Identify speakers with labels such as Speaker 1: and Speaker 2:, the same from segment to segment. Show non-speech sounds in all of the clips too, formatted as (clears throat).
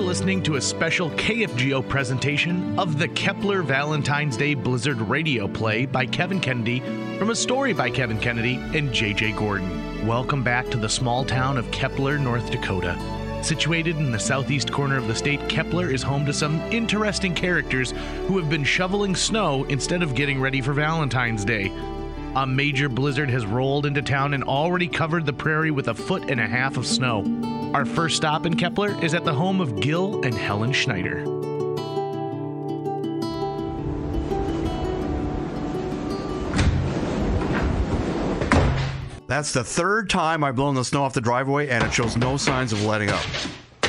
Speaker 1: listening to a special KFGO presentation of the Kepler Valentine's Day Blizzard radio play by Kevin Kennedy from a story by Kevin Kennedy and JJ Gordon. Welcome back to the small town of Kepler, North Dakota. Situated in the southeast corner of the state, Kepler is home to some interesting characters who have been shoveling snow instead of getting ready for Valentine's Day. A major blizzard has rolled into town and already covered the prairie with a foot and a half of snow. Our first stop in Kepler is at the home of Gil and Helen Schneider.
Speaker 2: That's the third time I've blown the snow off the driveway, and it shows no signs of letting up.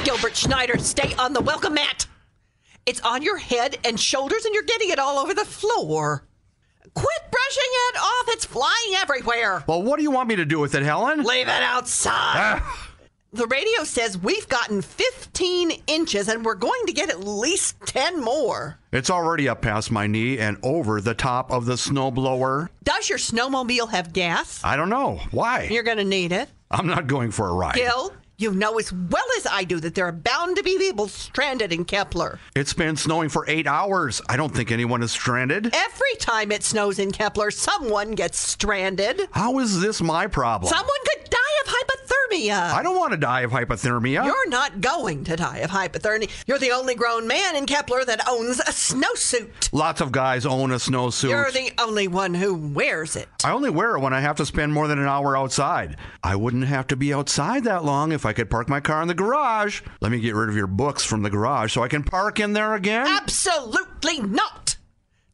Speaker 3: Gilbert Schneider, stay on the welcome mat. It's on your head and shoulders, and you're getting it all over the floor. Quit brushing it off. It's flying everywhere.
Speaker 2: Well, what do you want me to do with it, Helen? Ah,
Speaker 3: Leave it outside. the radio says we've gotten 15 inches, and we're going to get at least 10 more.
Speaker 2: It's already up past my knee and over the top of the snowblower.
Speaker 3: Does your snowmobile have gas?
Speaker 2: I don't know. Why?
Speaker 3: You're going to need it.
Speaker 2: I'm not going for a ride.
Speaker 3: Gil, you know as well as I do that there are bound to be people stranded in Kepler.
Speaker 2: It's been snowing for eight hours. I don't think anyone is stranded.
Speaker 3: Every time it snows in Kepler, someone gets stranded.
Speaker 2: How is this my problem?
Speaker 3: Someone could die of hypothermia.
Speaker 2: I don't want to die of hypothermia.
Speaker 3: uh, You're not going to die of hypothermia. You're the only grown man in Kepler that owns a snowsuit.
Speaker 2: Lots of guys own a snowsuit.
Speaker 3: You're the only one who wears it.
Speaker 2: I only wear it when I have to spend more than an hour outside. I wouldn't have to be outside that long if I could park my car in the garage. Let me get rid of your books from the garage so I can park in there again.
Speaker 3: Absolutely not.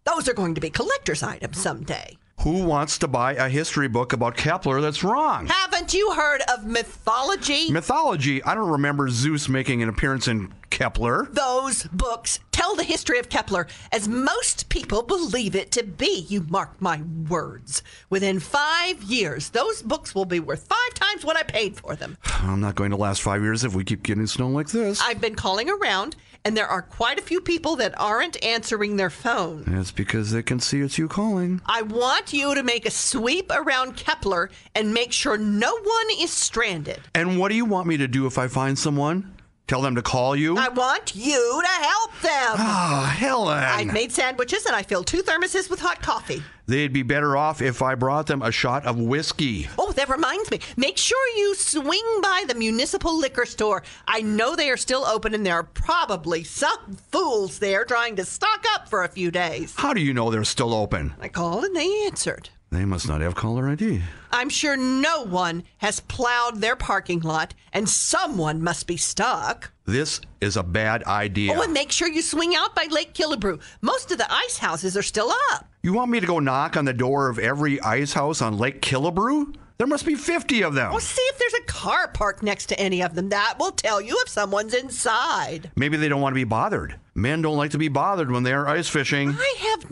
Speaker 3: Those are going to be collector's items someday.
Speaker 2: Who wants to buy a history book about Kepler that's wrong?
Speaker 3: Haven't you heard of mythology?
Speaker 2: Mythology, I don't remember Zeus making an appearance in Kepler.
Speaker 3: Those books tell the history of Kepler as most people believe it to be. You mark my words. Within five years, those books will be worth five times what I paid for them.
Speaker 2: I'm not going to last five years if we keep getting snow like this.
Speaker 3: I've been calling around, and there are quite a few people that aren't answering their phone.
Speaker 2: That's because they can see it's you calling.
Speaker 3: I want you to make a sweep around Kepler and make sure no one is stranded.
Speaker 2: And what do you want me to do if I find someone? Tell them to call you?
Speaker 3: I want you to help them.
Speaker 2: Ah, Helen.
Speaker 3: I've made sandwiches and I filled two thermoses with hot coffee.
Speaker 2: They'd be better off if I brought them a shot of whiskey.
Speaker 3: Oh, that reminds me. Make sure you swing by the municipal liquor store. I know they are still open and there are probably some fools there trying to stock up for a few days.
Speaker 2: How do you know they're still open?
Speaker 3: I called and they answered.
Speaker 2: They must not have caller ID.
Speaker 3: I'm sure no one has plowed their parking lot and someone must be stuck.
Speaker 2: This is a bad idea.
Speaker 3: Oh, and make sure you swing out by Lake Killebrew. Most of the ice houses are still up.
Speaker 2: You want me to go knock on the door of every ice house on Lake Killebrew? There must be 50 of them.
Speaker 3: Well, see if there's a car parked next to any of them. That will tell you if someone's inside.
Speaker 2: Maybe they don't want to be bothered. Men don't like to be bothered when they are ice fishing.
Speaker 3: I have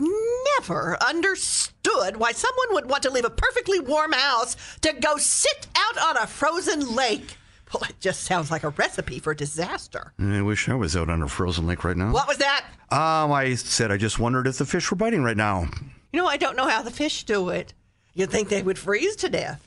Speaker 3: never understood why someone would want to leave a perfectly warm house to go sit out on a frozen lake. (laughs) Well, it just sounds like a recipe for disaster.
Speaker 2: I wish I was out on a frozen lake right now.
Speaker 3: What was that?
Speaker 2: Um, I said I just wondered if the fish were biting right now.
Speaker 3: You know, I don't know how the fish do it. You'd think they would freeze to death.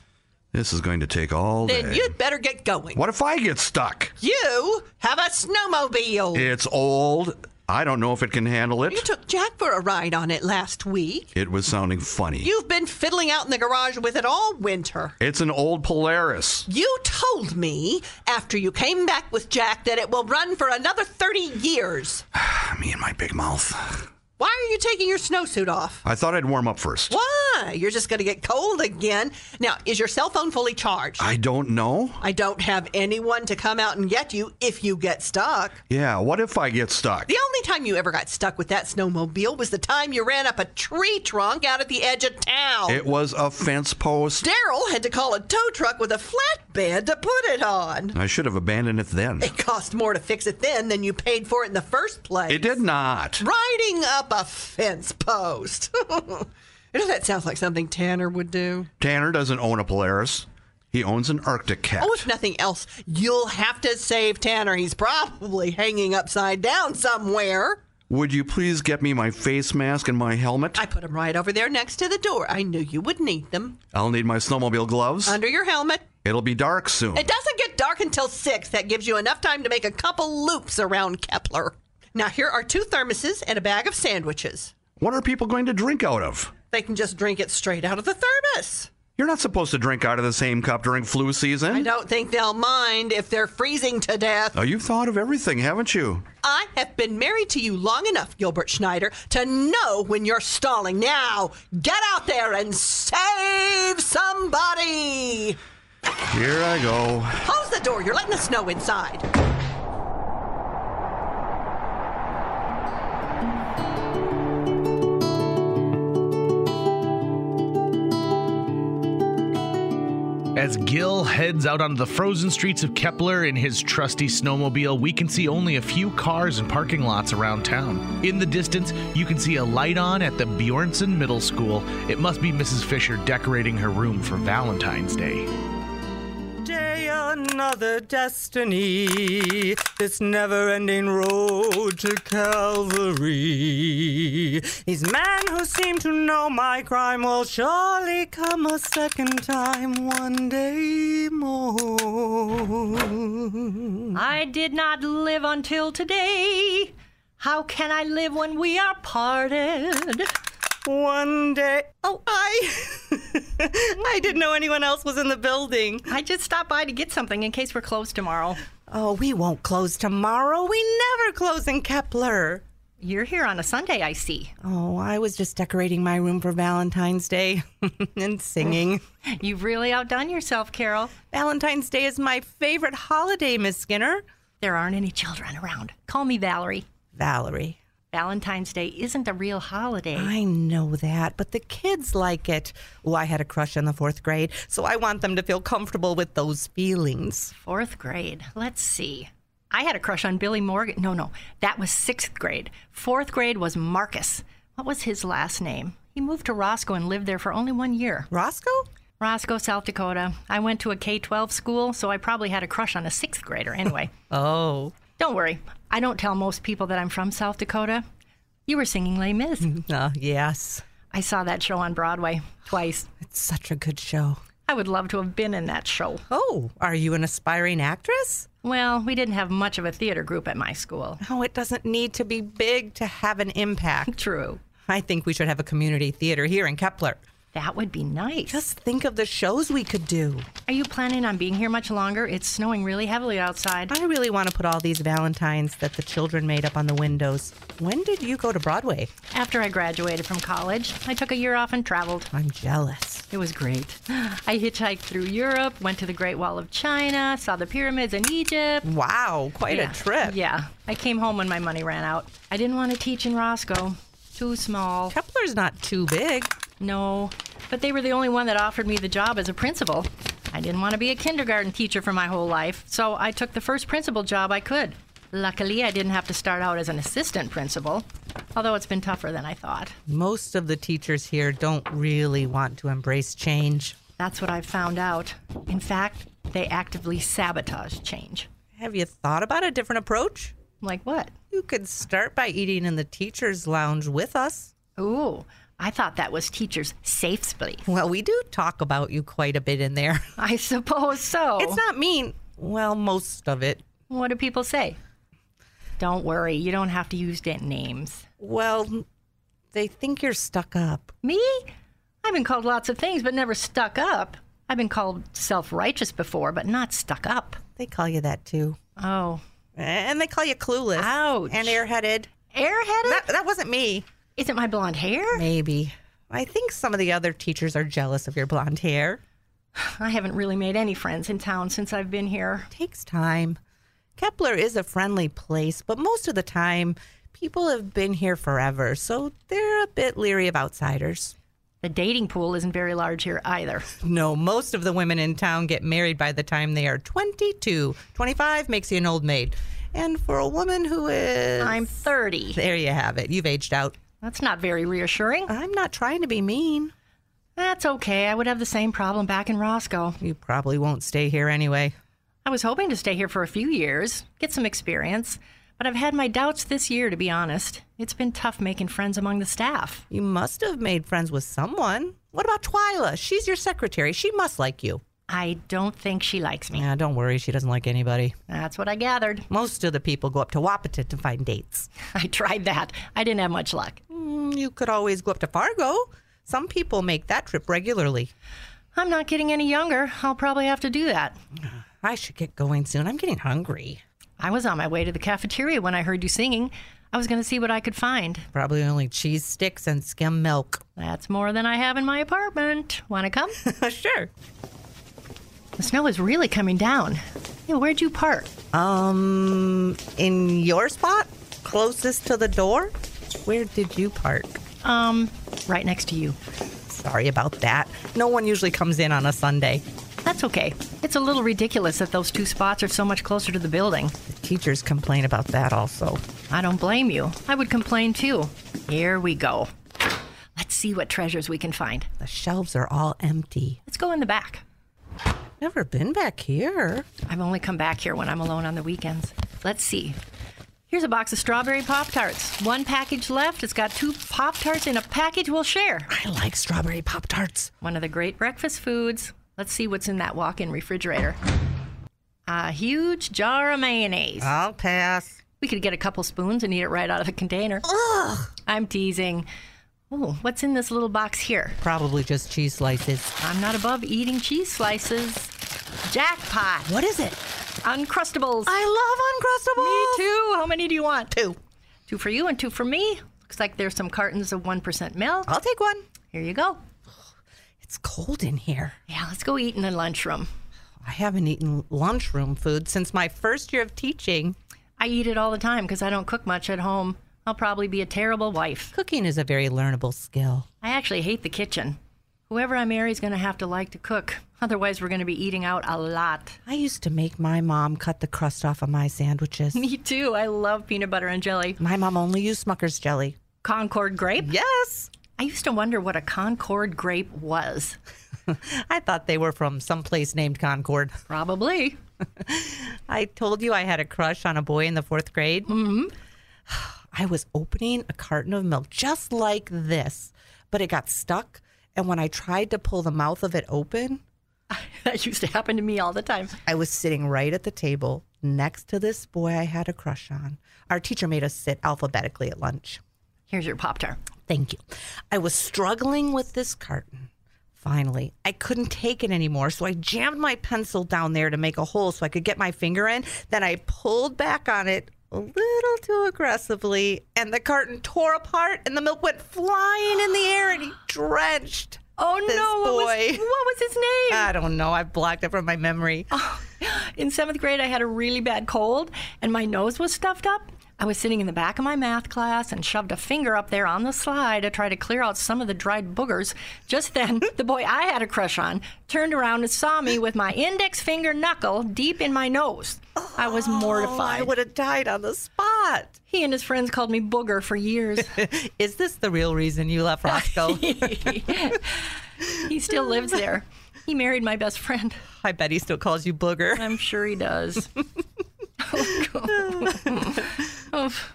Speaker 2: This is going to take all day.
Speaker 3: Then you'd better get going.
Speaker 2: What if I get stuck?
Speaker 3: You have a snowmobile.
Speaker 2: It's old. I don't know if it can handle
Speaker 3: You
Speaker 2: it.
Speaker 3: took Jack for a ride on it last week.
Speaker 2: It was sounding funny.
Speaker 3: You've been fiddling out in the garage with it all winter.
Speaker 2: It's an old Polaris.
Speaker 3: You told me after you came back with Jack that it will run for another 30 years.
Speaker 2: Me and my big mouth.
Speaker 3: Why are you taking your snowsuit off?
Speaker 2: I thought I'd warm up first.
Speaker 3: Why? You're just going to get cold again. Now, is your cell phone fully charged?
Speaker 2: I don't know.
Speaker 3: I don't have anyone to come out and get you if you get stuck.
Speaker 2: Yeah, what if I get stuck?
Speaker 3: The only time you ever got stuck with that snowmobile was the time you ran up a tree trunk out at the edge of town.
Speaker 2: It was a fence post.
Speaker 3: Daryl had to call a tow truck with a flatbed to put it on.
Speaker 2: I should have abandoned it then.
Speaker 3: It cost more to fix it then than you paid for it in the first place.
Speaker 2: It did not.
Speaker 3: Riding up a fence post. (laughs) you know, that sounds like something Tanner would do.
Speaker 2: Tanner doesn't own a Polaris. He owns an Arctic Cat.
Speaker 3: Oh, if nothing else, you'll have to save Tanner. He's probably hanging upside down somewhere.
Speaker 2: Would you please get me my face mask and my helmet?
Speaker 3: I put them right over there next to the door. I knew you would need them.
Speaker 2: I'll need my snowmobile gloves.
Speaker 3: Under your helmet.
Speaker 2: It'll be dark soon.
Speaker 3: It doesn't get dark until 6. That gives you enough time to make a couple loops around Kepler. Now, here are two thermoses and a bag of sandwiches.
Speaker 2: What are people going to drink out of?
Speaker 3: They can just drink it straight out of the thermos.
Speaker 2: You're not supposed to drink out of the same cup during flu season.
Speaker 3: I don't think they'll mind if they're freezing to death.
Speaker 2: Oh, you've thought of everything, haven't you?
Speaker 3: I have been married to you long enough, Gilbert Schneider, to know when you're stalling. Now, get out there and save somebody!
Speaker 2: Here I go.
Speaker 3: Close the door. You're letting the snow inside.
Speaker 1: As Gil heads out onto the frozen streets of Kepler in his trusty snowmobile, we can see only a few cars and parking lots around town. In the distance, you can see a light on at the Bjornson Middle School. It must be Mrs. Fisher decorating her room for Valentine's Day.
Speaker 4: Day another destiny, this never ending road to Calvary. These men who seem to know my crime will surely come a second time one day more.
Speaker 5: I did not live until today. How can I live when we are parted?
Speaker 4: One day. Oh, I. (laughs) I didn't know anyone else was in the building.
Speaker 5: I just stopped by to get something in case we're closed tomorrow.
Speaker 4: Oh, we won't close tomorrow. We never close in Kepler.
Speaker 5: You're here on a Sunday, I see.
Speaker 4: Oh, I was just decorating my room for Valentine's Day (laughs) and singing.
Speaker 5: You've really outdone yourself, Carol.
Speaker 4: Valentine's Day is my favorite holiday, Miss Skinner.
Speaker 5: There aren't any children around. Call me Valerie.
Speaker 4: Valerie.
Speaker 5: Valentine's Day isn't a real holiday.
Speaker 4: I know that, but the kids like it. Oh, I had a crush in the fourth grade, so I want them to feel comfortable with those feelings.
Speaker 5: Fourth grade. Let's see. I had a crush on Billy Morgan. No, no, that was sixth grade. Fourth grade was Marcus. What was his last name? He moved to Roscoe and lived there for only one year.
Speaker 4: Roscoe?
Speaker 5: Roscoe, South Dakota. I went to a K 12 school, so I probably had a crush on a sixth grader anyway.
Speaker 4: (laughs) Oh.
Speaker 5: Don't worry, I don't tell most people that I'm from South Dakota. You were singing Les Mis.
Speaker 4: Oh, yes.
Speaker 5: I saw that show on Broadway twice.
Speaker 4: It's such a good show.
Speaker 5: I would love to have been in that show.
Speaker 4: Oh, are you an aspiring actress?
Speaker 5: Well, we didn't have much of a theater group at my school.
Speaker 4: Oh, it doesn't need to be big to have an
Speaker 5: (laughs)
Speaker 4: impact.
Speaker 5: True.
Speaker 4: I think we should have a community theater here in Kepler.
Speaker 5: That would be nice.
Speaker 4: Just think of the shows we could do.
Speaker 5: Are you planning on being here much longer? It's snowing really heavily outside.
Speaker 4: I really want to put all these Valentines that the children made up on the windows. When did you go to Broadway?
Speaker 5: After I graduated from college, I took a year off and traveled. (sighs)
Speaker 4: I'm jealous.
Speaker 5: It was great. I hitchhiked through Europe, went to the Great Wall of China, saw the pyramids in Egypt.
Speaker 4: Wow, quite
Speaker 5: Yeah.
Speaker 4: a trip.
Speaker 5: Yeah. I came home when my money ran out. I didn't want to teach in Roscoe. Too small.
Speaker 4: Kepler's not too big.
Speaker 5: No. But they were the only one that offered me the job as a principal. I didn't want to be a kindergarten teacher for my whole life, so I took the first principal job I could. Luckily, I didn't have to start out as an assistant principal, although it's been tougher than I thought.
Speaker 4: Most of the teachers here don't really want to embrace change.
Speaker 5: That's what I've found out. In fact, they actively sabotage change.
Speaker 4: Have you thought about a different approach?
Speaker 5: Like what?
Speaker 4: You could start by eating in the teachers' lounge with us.
Speaker 5: Ooh, I thought that was teachers' safe space.
Speaker 4: Well, we do talk about you quite a bit in there.
Speaker 5: (laughs) I suppose so.
Speaker 4: It's not mean. Well, most of it.
Speaker 5: What do people say? Don't worry, you don't have to use dead names.
Speaker 4: Well, they think you're stuck up.
Speaker 5: Me? I've been called lots of things, but never stuck up. I've been called self righteous before, but not stuck up.
Speaker 4: They call you that too.
Speaker 5: Oh,
Speaker 4: And they call you clueless.
Speaker 5: Ouch.
Speaker 4: And airheaded.
Speaker 5: airheaded?
Speaker 4: That, that wasn't me.
Speaker 5: Isn't my blonde hair?
Speaker 4: Maybe. I think some of the other teachers are jealous of your blonde hair.
Speaker 5: I haven't really made any friends in town since I've been here.
Speaker 4: takes time. Kepler is a friendly place, but most of the time, people have been here forever, so they're a bit leery of outsiders.
Speaker 5: The dating pool isn't very large here either.
Speaker 4: (laughs) No, most of the women in town get married by the time they are 22. 25 makes you an old maid. And for a woman who is.
Speaker 5: I'm 30.
Speaker 4: There you have it. You've aged out.
Speaker 5: That's not very reassuring.
Speaker 4: I'm not trying to be mean.
Speaker 5: That's okay. I would have the same problem back in Roscoe.
Speaker 4: You probably won't stay here anyway.
Speaker 5: I was hoping to stay here for a few years, get some experience, But I've had my doubts this year, to be honest. It's been tough making friends among the staff.
Speaker 4: You must have made friends with someone. What about Twyla? She's your secretary. She must like you.
Speaker 5: I don't think she likes me.
Speaker 4: Yeah, don't worry. She doesn't like anybody.
Speaker 5: That's what I gathered.
Speaker 4: Most of the people go up to Wapata to find dates.
Speaker 5: (laughs) I tried that. I didn't have much luck.
Speaker 4: Mm, You could always go up to Fargo. Some people make that trip regularly.
Speaker 5: I'm not getting any younger. I'll probably have to do that.
Speaker 4: I should get going soon. I'm getting hungry.
Speaker 5: I was on my way to the cafeteria when I heard you singing. I was going to see what I could find.
Speaker 4: Probably only cheese sticks and skim milk.
Speaker 5: That's more than I have in my apartment. Want to come?
Speaker 4: (laughs) sure.
Speaker 5: the snow is really coming down. Hey, where'd you park?
Speaker 4: Um, in your spot, closest to the door? Where did you park?
Speaker 5: Um, right next to you.
Speaker 4: Sorry about that. No one usually comes in on a Sunday.
Speaker 5: That's okay. It's a little ridiculous that those two spots are so much closer to the building.
Speaker 4: The teachers complain about that also.
Speaker 5: I don't blame you. I would complain too. Here we go. Let's see what treasures we can find.
Speaker 4: The shelves are all empty.
Speaker 5: Let's go in the back.
Speaker 4: Never been back here.
Speaker 5: I've only come back here when I'm alone on the weekends. Let's see. Here's a box of strawberry Pop Tarts. One package left. It's got two Pop Tarts in a package we'll share.
Speaker 4: I like strawberry Pop Tarts.
Speaker 5: One of the great breakfast foods. Let's see what's in that walk in refrigerator. A huge jar of mayonnaise.
Speaker 4: I'll pass.
Speaker 5: We could get a couple spoons and eat it right out of the container. I'm teasing. Oh, what's in this little box here?
Speaker 4: Probably just cheese slices.
Speaker 5: I'm not above eating cheese slices. Jackpot.
Speaker 4: What is it?
Speaker 5: Uncrustables.
Speaker 4: I love
Speaker 5: Me
Speaker 4: Uncrustables.
Speaker 5: too. How many do you want?
Speaker 4: Two.
Speaker 5: Two for you and two for me. Looks like there's some cartons of 1% milk.
Speaker 4: I'll take one.
Speaker 5: Here you go.
Speaker 4: It's cold in here.
Speaker 5: Yeah, let's go eat in the lunchroom.
Speaker 4: I haven't eaten lunchroom food since my first year of teaching.
Speaker 5: I eat it all the time because I don't cook much at home. I'll probably be a terrible wife.
Speaker 4: Cooking is a very learnable skill.
Speaker 5: I actually hate the kitchen. Whoever I marry is going to have to like to cook. Otherwise, we're going to be eating out a lot. (laughs)
Speaker 4: I used to make my mom cut the crust off of my sandwiches.
Speaker 5: Me too. I love peanut butter and jelly.
Speaker 4: My mom only used Smucker's jelly.
Speaker 5: Concord grape?
Speaker 4: Yes.
Speaker 5: I used to wonder what a Concord grape was.
Speaker 4: I thought they were from some place named Concord.
Speaker 5: Probably.
Speaker 4: (laughs) I told you I had a crush on a boy in the fourth grade. Mm-hmm. (sighs) I was opening a carton of milk just like this, but it got stuck. And when I tried to pull the mouth of it open,
Speaker 5: (laughs) that used to happen to me all the time.
Speaker 4: I was sitting right at the table next to this boy I had a crush on. Our teacher made us sit alphabetically at lunch.
Speaker 5: Here's your Pop Tart.
Speaker 4: Thank you. I was struggling with this carton. Finally, I couldn't take it anymore, so I jammed my pencil down there to make a hole so I could get my finger in. Then I pulled back on it a little too aggressively, and the carton tore apart, and the milk went flying in the air, and
Speaker 5: (gasps)
Speaker 4: he drenched.
Speaker 5: Oh
Speaker 4: this
Speaker 5: no! What, was,
Speaker 4: boy.
Speaker 5: what was his name?
Speaker 4: I don't know. I've blocked it from my memory.
Speaker 5: Ah. in seventh grade, I had a really bad cold and my nose was stuffed up. I was sitting in the back of my math class and shoved a finger up there on the slide to try to clear out some of the dried boogers. Just then, (laughs) the boy I had a crush on turned around and saw me with my index finger knuckle deep in my nose. I was
Speaker 4: Oh, I
Speaker 5: mortified.
Speaker 4: would have died on the spot.
Speaker 5: he and his friends called me booger for
Speaker 4: (laughs)
Speaker 5: years.
Speaker 4: Is this the real reason you left
Speaker 5: (laughs)
Speaker 4: Roscoe?
Speaker 5: he still lives there. He married my best friend.
Speaker 4: I bet he still calls you booger.
Speaker 5: I'm sure he does. Oof.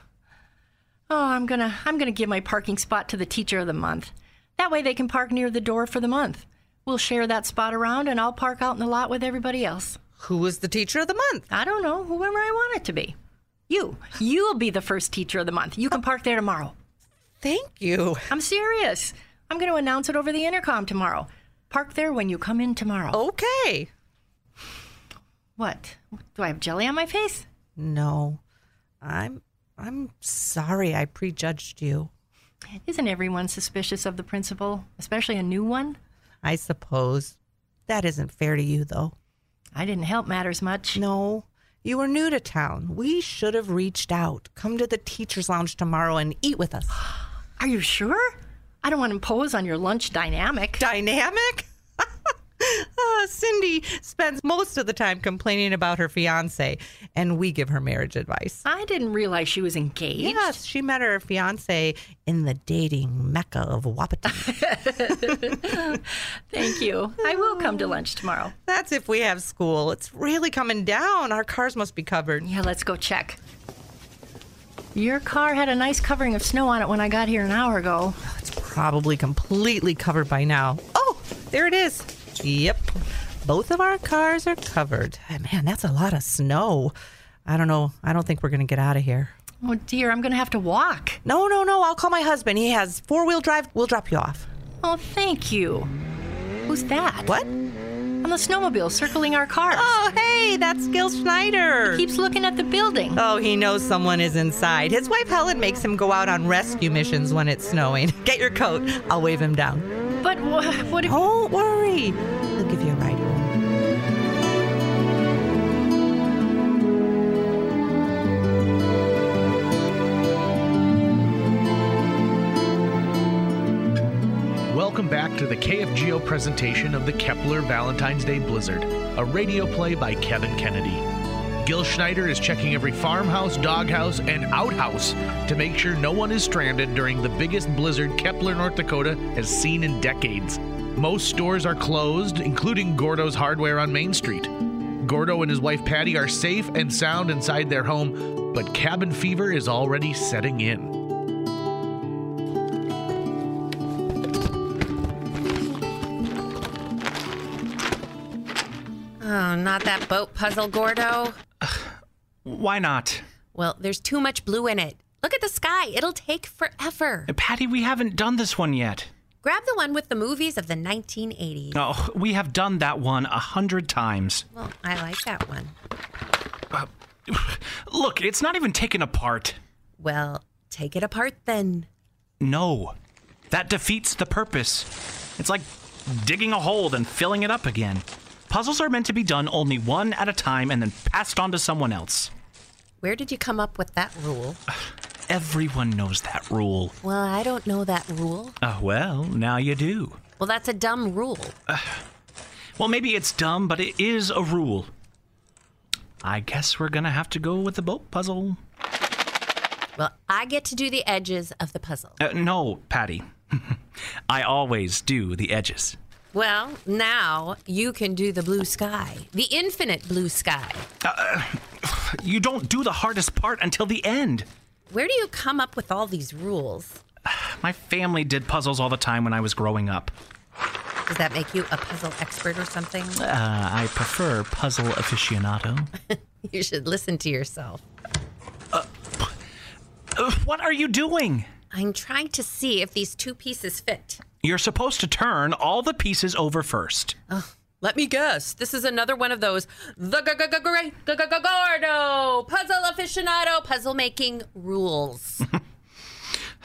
Speaker 5: oh, I'm gonna I'm gonna give my parking spot to the teacher of the month. That way they can park near the door for the month. We'll share that spot around and I'll park out in the lot with everybody else.
Speaker 4: Who was the teacher of the month?
Speaker 5: I don't know, whoever I want it to be. You. You'll be the first teacher of the month. You can park there tomorrow.
Speaker 4: Thank you.
Speaker 5: I'm serious. I'm gonna announce it over the intercom tomorrow. Park there when you come in tomorrow.
Speaker 4: Okay.
Speaker 5: What? Do I have jelly on my face?
Speaker 4: No. I'm I'm sorry I prejudged you.
Speaker 5: (laughs) Isn't everyone suspicious of the principal, especially a new
Speaker 4: (laughs)
Speaker 5: one?
Speaker 4: I suppose that isn't fair to you though.
Speaker 5: I didn't help matters much.
Speaker 4: No. You were new to town. We should have reached out. Come to the teacher's lounge tomorrow and eat with us.
Speaker 5: Are you sure? I don't want to impose on your lunch dynamic.
Speaker 4: Dynamic? (laughs) Uh, Cindy spends most of the time complaining about her fiance, and we give her marriage advice.
Speaker 5: I didn't realize she was engaged.
Speaker 4: Yes, she met her fiance in the dating mecca of Wapiti.
Speaker 5: Thank you. I will come to lunch tomorrow.
Speaker 4: That's if we have school. It's really coming down. Our cars must be covered.
Speaker 5: Yeah, let's go check. Your car had a nice covering of snow on it when I got here an hour ago.
Speaker 4: It's probably completely covered by now. Oh, there it is. Yep. Both of our cars are covered. Man, that's a lot of snow. I don't know. I don't think we're going to get out of here.
Speaker 5: Oh dear, I'm going to have to walk.
Speaker 4: No, no, no. I'll call my husband. He has four wheel drive. We'll drop you off.
Speaker 5: Oh, thank you. Who's that?
Speaker 4: What?
Speaker 5: On the snowmobile circling our cars.
Speaker 4: Oh, hey, that's Gil Schneider.
Speaker 5: Keeps looking at the building.
Speaker 4: Oh, he knows someone is inside. His wife Helen makes him go out on rescue missions when it's snowing. (laughs) Get your coat. I'll wave him down.
Speaker 5: But what, what if.
Speaker 4: Don't worry. He'll give you a ride home.
Speaker 1: Welcome back to the KFGO presentation of the Kepler Valentine's Day Blizzard, a radio play by Kevin Kennedy. Gil Schneider is checking every farmhouse, doghouse, and outhouse to make sure no one is stranded during the biggest blizzard Kepler, North Dakota has seen in decades. Most stores are closed, including Gordo's Hardware on Main Street. Gordo and his wife Patty are safe and sound inside their home, but cabin fever is already setting in.
Speaker 6: Oh, not that boat puzzle, Gordo.
Speaker 7: (sighs) Why not?
Speaker 6: Well, there's too much blue in it. Look at the sky. It'll take forever.
Speaker 7: Patty, we haven't done this one yet.
Speaker 6: Grab the one with the movies of the 1980s.
Speaker 7: Oh, we have done that one a hundred times.
Speaker 6: Well, I like that one.
Speaker 7: Look, it's not even taken apart.
Speaker 6: Well, take it apart then.
Speaker 7: No. That defeats the purpose. It's like digging a hole and filling it up again. Puzzles are meant to be done only one at a time and then passed on to someone else.
Speaker 6: Where did you come up with that rule?
Speaker 7: Everyone knows that rule.
Speaker 6: Well, I don't know that rule.
Speaker 7: Uh, well, now you do.
Speaker 6: Well, that's a dumb rule.
Speaker 7: Well, maybe it's dumb, but it is a rule. I guess we're gonna have to go with the boat puzzle.
Speaker 6: Well, I get to do the edges of the puzzle.
Speaker 7: Uh, no, Patty. (laughs) I always do the edges.
Speaker 6: Well, now you can do the blue sky, the infinite blue sky.
Speaker 7: Uh, (sighs) You don't do the hardest part until the end.
Speaker 6: Where do you come up with all these rules?
Speaker 7: My family did puzzles all the time when I was growing up.
Speaker 6: Does that make you a puzzle expert or something? (laughs)
Speaker 7: Uh, I prefer puzzle aficionado.
Speaker 6: You should listen to yourself.
Speaker 7: Uh, what are you doing?
Speaker 6: I'm trying to see if these two pieces fit.
Speaker 7: You're supposed to turn all the pieces over first.
Speaker 6: Let me guess. This is another one of those the g- g- g- great g- g- g- Gordo puzzle aficionado puzzle making rules.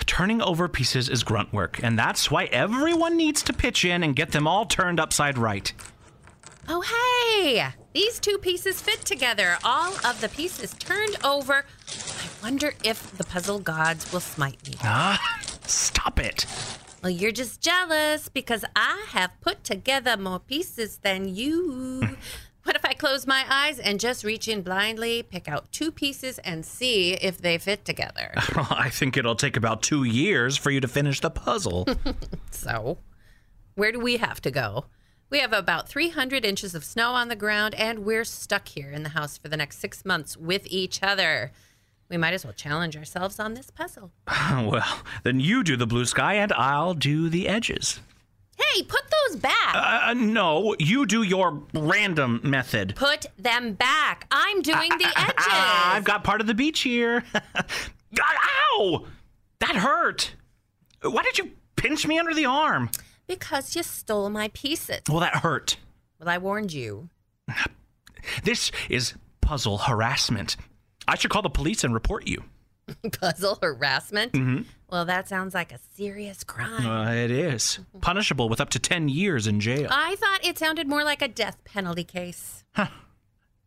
Speaker 7: Turning over pieces is grunt work, and that's why everyone needs to pitch in and get them all turned upside right. (laughs)
Speaker 6: oh, hey! These two pieces fit together. All of the pieces turned over. I wonder if the puzzle gods will smite me.
Speaker 7: Ah, stop it.
Speaker 6: Well, you're just jealous because I have put together more pieces than
Speaker 7: Hmm.
Speaker 6: you. what if I close my eyes and just reach in blindly, pick out two pieces, and see if they fit together?
Speaker 7: I think it'll take about two years for you to finish the puzzle. (laughs)
Speaker 6: So, where do we have to go? We have about 300 inches of snow on the ground, and we're stuck here in the house for the next six months with each other. We might as well challenge ourselves on this puzzle.
Speaker 7: (laughs) well, then you do the blue sky and I'll do the edges.
Speaker 6: Hey, put those back!
Speaker 7: Uh, no, you do your random method.
Speaker 6: put them back! I'm doing the e- edges!
Speaker 7: Ah, I've got part of the beach here. (laughs) Ah, Ow! That hurt. Why did you pinch me under the arm?
Speaker 6: because you stole my pieces.
Speaker 7: Well, that hurt.
Speaker 6: Well, I warned you. (laughs)
Speaker 7: This is puzzle harassment. I should call the police and report you.
Speaker 6: Puzzle harassment?
Speaker 7: Mm-hmm.
Speaker 6: Well, that sounds like a serious crime.
Speaker 7: Uh, it is. Punishable with up to 10 years in jail.
Speaker 6: I thought it sounded more like a death penalty case.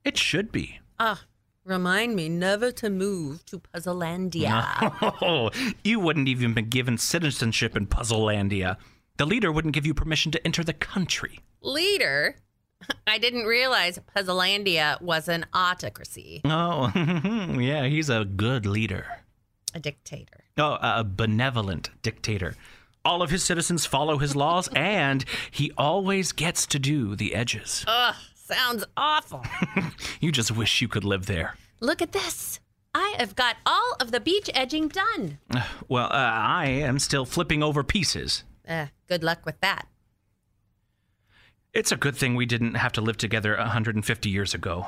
Speaker 7: it should be.
Speaker 6: Ah, remind me never to move to Puzzlelandia.
Speaker 7: Oh, (laughs) you wouldn't even been given citizenship in Puzzlelandia. The leader wouldn't give you permission to enter the country.
Speaker 6: Later, (laughs) I didn't realize Puzzlelandia was an autocracy,
Speaker 7: Oh, (laughs) yeah, he's a good leader.
Speaker 6: a dictator.
Speaker 7: Oh, a benevolent dictator. All of his citizens follow his laws, and he always gets to do the edges.
Speaker 6: Sounds awful.
Speaker 7: You just wish you could live there.
Speaker 6: (laughs)
Speaker 7: (sighs)
Speaker 6: Look at this. I have got all of the beach edging done.
Speaker 7: Well, uh, I am still flipping over pieces.
Speaker 6: Eh, good luck with that.
Speaker 7: It's a good thing we didn't have to live together 150 years ago.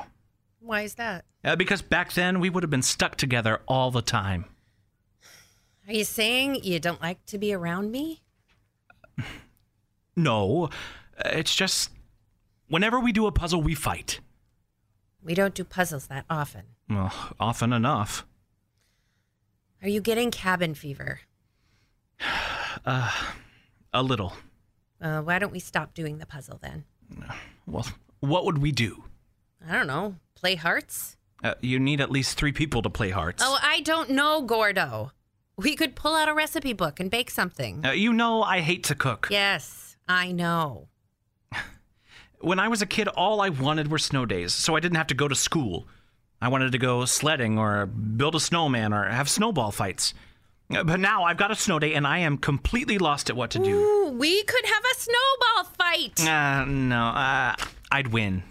Speaker 6: Why is that?
Speaker 7: Uh, because back then, we would have been stuck together all the time.
Speaker 6: Are you saying you don't like to be around me?
Speaker 7: No, uh, it's just whenever we do a puzzle, we fight.
Speaker 6: We don't do puzzles that often.
Speaker 7: Well, often enough.
Speaker 6: Are you getting cabin fever?
Speaker 7: Uh, A little.
Speaker 6: Uh, why don't we stop doing the puzzle then?
Speaker 7: Well, what would we do?
Speaker 6: I don't know. Play hearts?
Speaker 7: Uh, you need at least three people to play hearts.
Speaker 6: Oh, I don't know, Gordo. We could pull out a recipe book and bake something.
Speaker 7: Uh, you know, I hate to cook.
Speaker 6: Yes, I know.
Speaker 7: When I was a kid, all I wanted were snow days, so I didn't have to go to school. I wanted to go sledding or build a snowman or have snowball fights. Uh, But now I've got a snow day and I am completely lost at what to do.
Speaker 6: Ooh, we could have a snowball fight.
Speaker 7: Uh, no, uh, I'd win.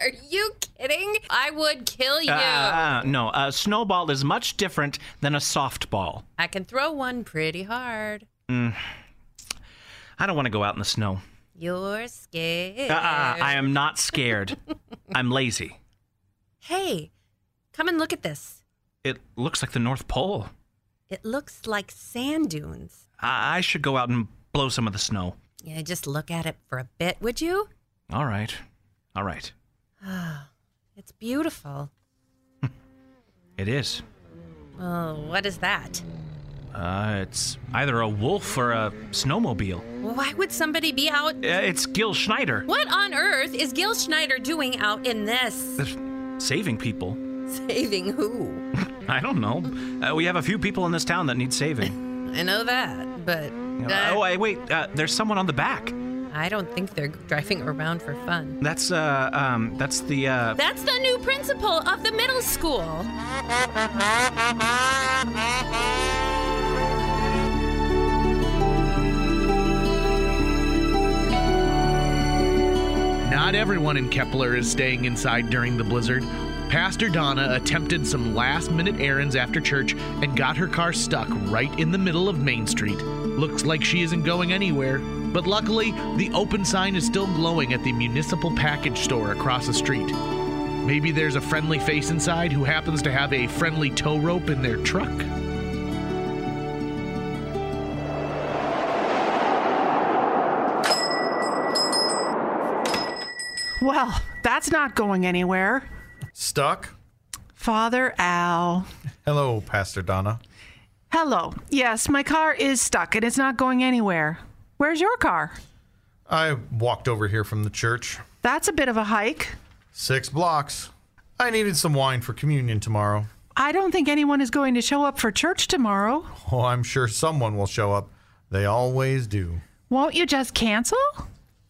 Speaker 6: Are you kidding? I would kill you.
Speaker 7: Uh, no, a snowball is much different than a softball. Mm.
Speaker 6: I can throw one pretty hard.
Speaker 7: I don't want to go out in the snow.
Speaker 6: You're scared.
Speaker 7: Uh, uh, I am not
Speaker 6: (laughs)
Speaker 7: scared. I'm lazy.
Speaker 6: Hey, come and look at this.
Speaker 7: It looks like the North Pole.
Speaker 6: It looks like sand dunes.
Speaker 7: I, I should go out and blow some of the snow.
Speaker 6: Yeah, just look at it for a bit, would you? (sighs)
Speaker 7: All right. All right.
Speaker 6: It's beautiful.
Speaker 7: It is.
Speaker 6: Oh, what is that?
Speaker 7: Uh, it's either a wolf or a snowmobile.
Speaker 6: Why would somebody be out?
Speaker 7: Uh, It's Gil Schneider
Speaker 6: What on earth is Gil Schneider doing out in this? (laughs)
Speaker 7: saving people.
Speaker 6: Saving who?
Speaker 7: I don't know. Uh, we have a few people in this town that need saving.
Speaker 6: I know that, but
Speaker 7: Uh, oh, I, wait. Uh, there's someone on the back.
Speaker 6: I don't think they're driving around for fun.
Speaker 7: That's uh, um, that's the uh,
Speaker 6: That's the new principal of the middle school.
Speaker 1: Not everyone in Kepler is staying inside during the blizzard. Pastor Donna attempted some last minute errands after church and got her car stuck right in the middle of Main Street. Looks like she isn't going anywhere, but luckily, the open sign is still glowing at the municipal package store across the street. Maybe there's a friendly face inside who happens to have a friendly tow rope in their truck.
Speaker 8: Well, that's not going anywhere.
Speaker 9: Stuck?
Speaker 8: Father Al.
Speaker 9: Hello, Pastor Donna.
Speaker 8: Hello. Yes, my car is stuck and it's not going anywhere. Where's your car?
Speaker 9: I walked over here from the church.
Speaker 8: That's a bit of a hike.
Speaker 9: Six blocks. I needed some wine for communion tomorrow.
Speaker 8: I don't think anyone is going to show up for church tomorrow.
Speaker 9: Oh, I'm sure someone will show up. They always do.
Speaker 8: Won't you just cancel?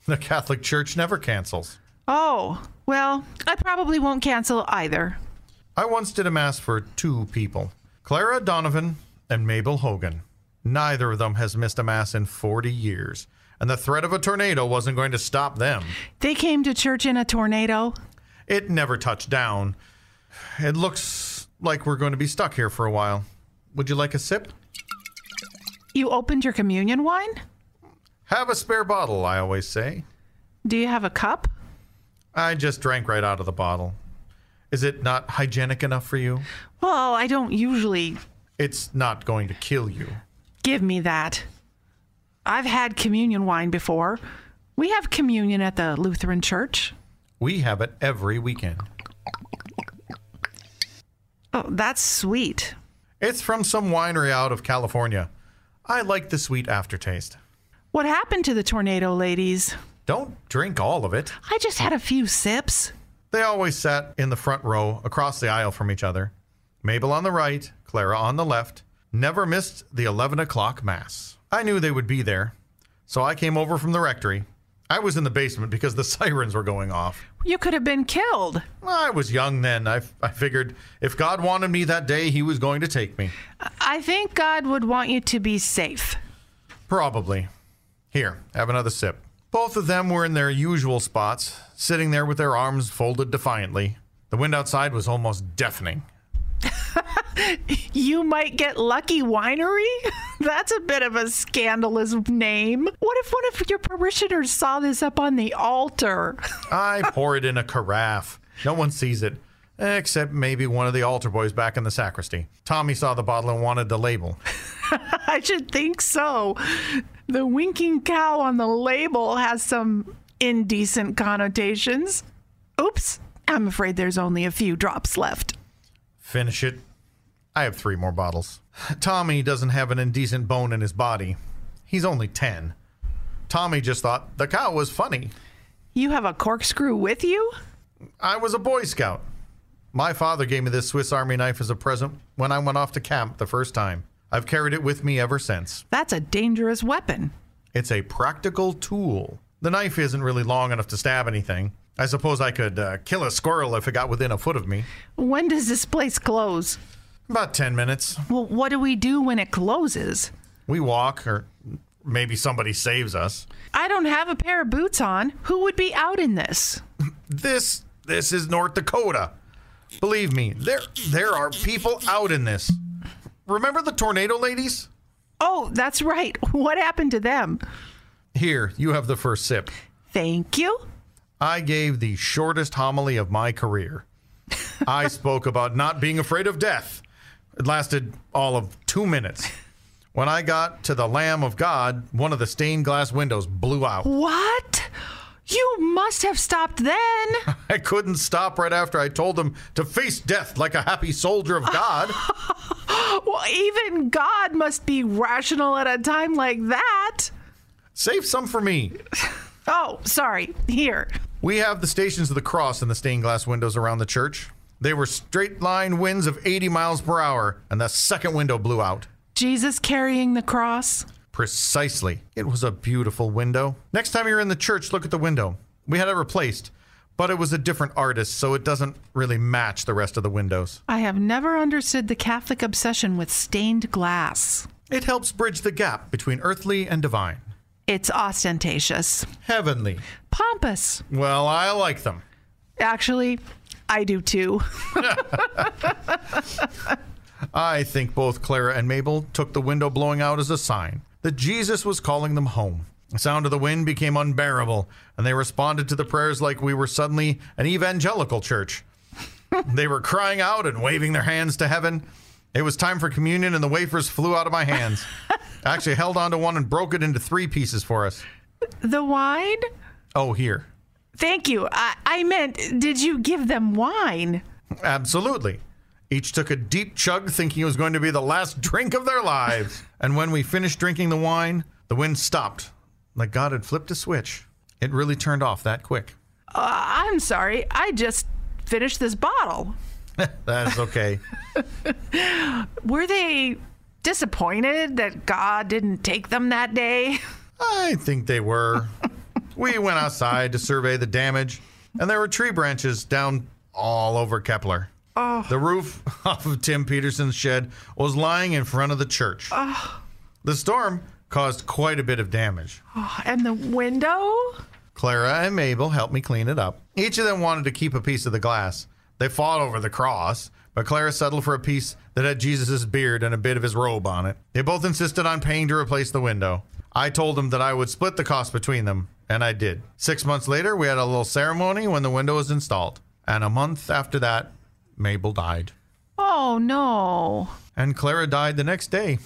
Speaker 9: The Catholic Church never cancels.
Speaker 8: Oh, well, I probably won't cancel either.
Speaker 9: I once did a mass for two people Clara Donovan and Mabel Hogan. Neither of them has missed a mass in 40 years, and the threat of a tornado wasn't going to stop them.
Speaker 8: They came to church in a tornado.
Speaker 9: It never touched down. It looks like we're going to be stuck here for a while. Would you like a sip?
Speaker 8: You opened your communion wine?
Speaker 9: Have a spare bottle, I always say.
Speaker 8: Do you have a cup?
Speaker 9: I just drank right out of the bottle. Is it not hygienic enough for you?
Speaker 8: Well, I don't usually
Speaker 9: It's not going to kill you.
Speaker 8: give me that. I've had communion wine before. We have communion at the Lutheran church.
Speaker 9: We have it every weekend.
Speaker 8: Oh, that's sweet.
Speaker 9: It's from some winery out of California. I like the sweet aftertaste.
Speaker 8: What happened to the tornado ladies?
Speaker 9: Don't drink all of it.
Speaker 8: I just had a few sips.
Speaker 9: They always sat in the front row across the aisle from each other. Mabel on the right, Clara on the left, never missed the 11 o'clock mass. I knew they would be there, so I came over from the rectory. I was in the basement because the (laughs) sirens were going off.
Speaker 8: You could have been killed.
Speaker 9: I was young then. I, I figured if God wanted me that day, he was going to take me.
Speaker 8: I think God would want you to be safe.
Speaker 9: Probably. Here, have another sip. Both of them were in their usual spots, sitting there with their arms folded defiantly. The wind outside was almost deafening.
Speaker 8: You might get lucky winery? (laughs) That's a bit of a scandalous name. What if one of your parishioners saw this up on the altar? (laughs)
Speaker 9: I pour it in a carafe. No one sees it, except maybe one of the altar boys back in the sacristy. Tommy saw the bottle and wanted the label.
Speaker 8: I should think so. The winking cow on the label has some indecent connotations. Oops, I'm afraid there's only a few drops left.
Speaker 9: Finish it. I have three more bottles. Tommy doesn't have an indecent bone in his body. He's only 10. Tommy just thought the cow was funny.
Speaker 8: You have a corkscrew with you?
Speaker 9: I was a Boy Scout. My father gave me this Swiss Army knife as a present when I went off to camp the first time. I've carried it with me ever since.
Speaker 8: That's a dangerous weapon.
Speaker 9: It's a practical tool. The knife isn't really long enough to stab anything. I suppose I could uh, kill a squirrel if it got within a foot of me.
Speaker 8: When does this place close?
Speaker 9: About 10 minutes.
Speaker 8: Well, what do we do when it closes?
Speaker 9: We walk, or maybe somebody saves us.
Speaker 8: I don't have a pair of boots on. Who would be out in this?
Speaker 9: This this is North Dakota. Believe me, there there are people out in this. Remember the tornado ladies?
Speaker 8: Oh, that's right. (laughs) What happened to them?
Speaker 9: Here, you have the first sip.
Speaker 8: Thank you.
Speaker 9: I gave the shortest homily of my career.
Speaker 8: (laughs)
Speaker 9: I spoke about not being afraid of death. It lasted all of two minutes. When I got to the Lamb of God, one of the stained glass windows blew out.
Speaker 8: What? You must have stopped then. (gasps)
Speaker 9: I couldn't stop right after I told them to face death like a happy soldier of
Speaker 8: (laughs)
Speaker 9: God.
Speaker 8: well, even God must be rational at a time like that.
Speaker 9: Save some for me.
Speaker 8: Oh, sorry. Here.
Speaker 9: We have the Stations of the Cross in the stained glass windows around the church. They were straight line winds of 80 miles per hour, and the second window blew out.
Speaker 8: Jesus carrying the cross.
Speaker 9: Precisely. It was a beautiful window. Next time you're in the church, look at the window. We had it replaced, but it was a different artist, so it doesn't really match the rest of the windows.
Speaker 8: I have never understood the Catholic obsession with stained glass.
Speaker 9: It helps bridge the gap between earthly and divine.
Speaker 8: It's ostentatious,
Speaker 9: Heavenly.
Speaker 8: pompous.
Speaker 9: Well, I like them.
Speaker 8: Actually, I do too. (laughs)
Speaker 9: I think both Clara and Mabel took the window blowing out as a sign that Jesus was calling them home. The sound of the wind became unbearable, and they responded to the prayers like we were suddenly an evangelical church. they were crying out and waving their hands to heaven. It was time for communion, and the wafers flew out of my hands. I actually held onto one and broke it into three pieces for us.
Speaker 8: the wine?
Speaker 9: Oh, here.
Speaker 8: Thank you. I, I meant, did you give them wine?
Speaker 9: Absolutely. Each took a deep chug, thinking it was going to be the last drink of their lives. and when we finished drinking the wine, the wind stopped, like God had flipped a switch. It really turned off that quick.
Speaker 8: Uh, I'm sorry. I just finished this bottle.
Speaker 9: That's okay. (laughs)
Speaker 8: Were they disappointed that God didn't take them that day?
Speaker 9: I think they were. We went outside to survey the damage, and there were tree branches down all over Kepler. The roof (laughs) off of Tim Peterson's shed was lying in front of the church. The storm caused quite a bit of damage.
Speaker 8: (sighs) And the window?
Speaker 9: Clara and Mabel helped me clean it up. Each of them wanted to keep a piece of the glass. They fought over the cross, but Clara settled for a piece that had Jesus' beard and a bit of his robe on it. They both insisted on paying to replace the window. I told them that I would split the cost between them, and I did. Six months later, we had a little ceremony when the window was installed. And a month after that, Mabel died.
Speaker 8: Oh, no. (gasps)
Speaker 9: And Clara died the next day.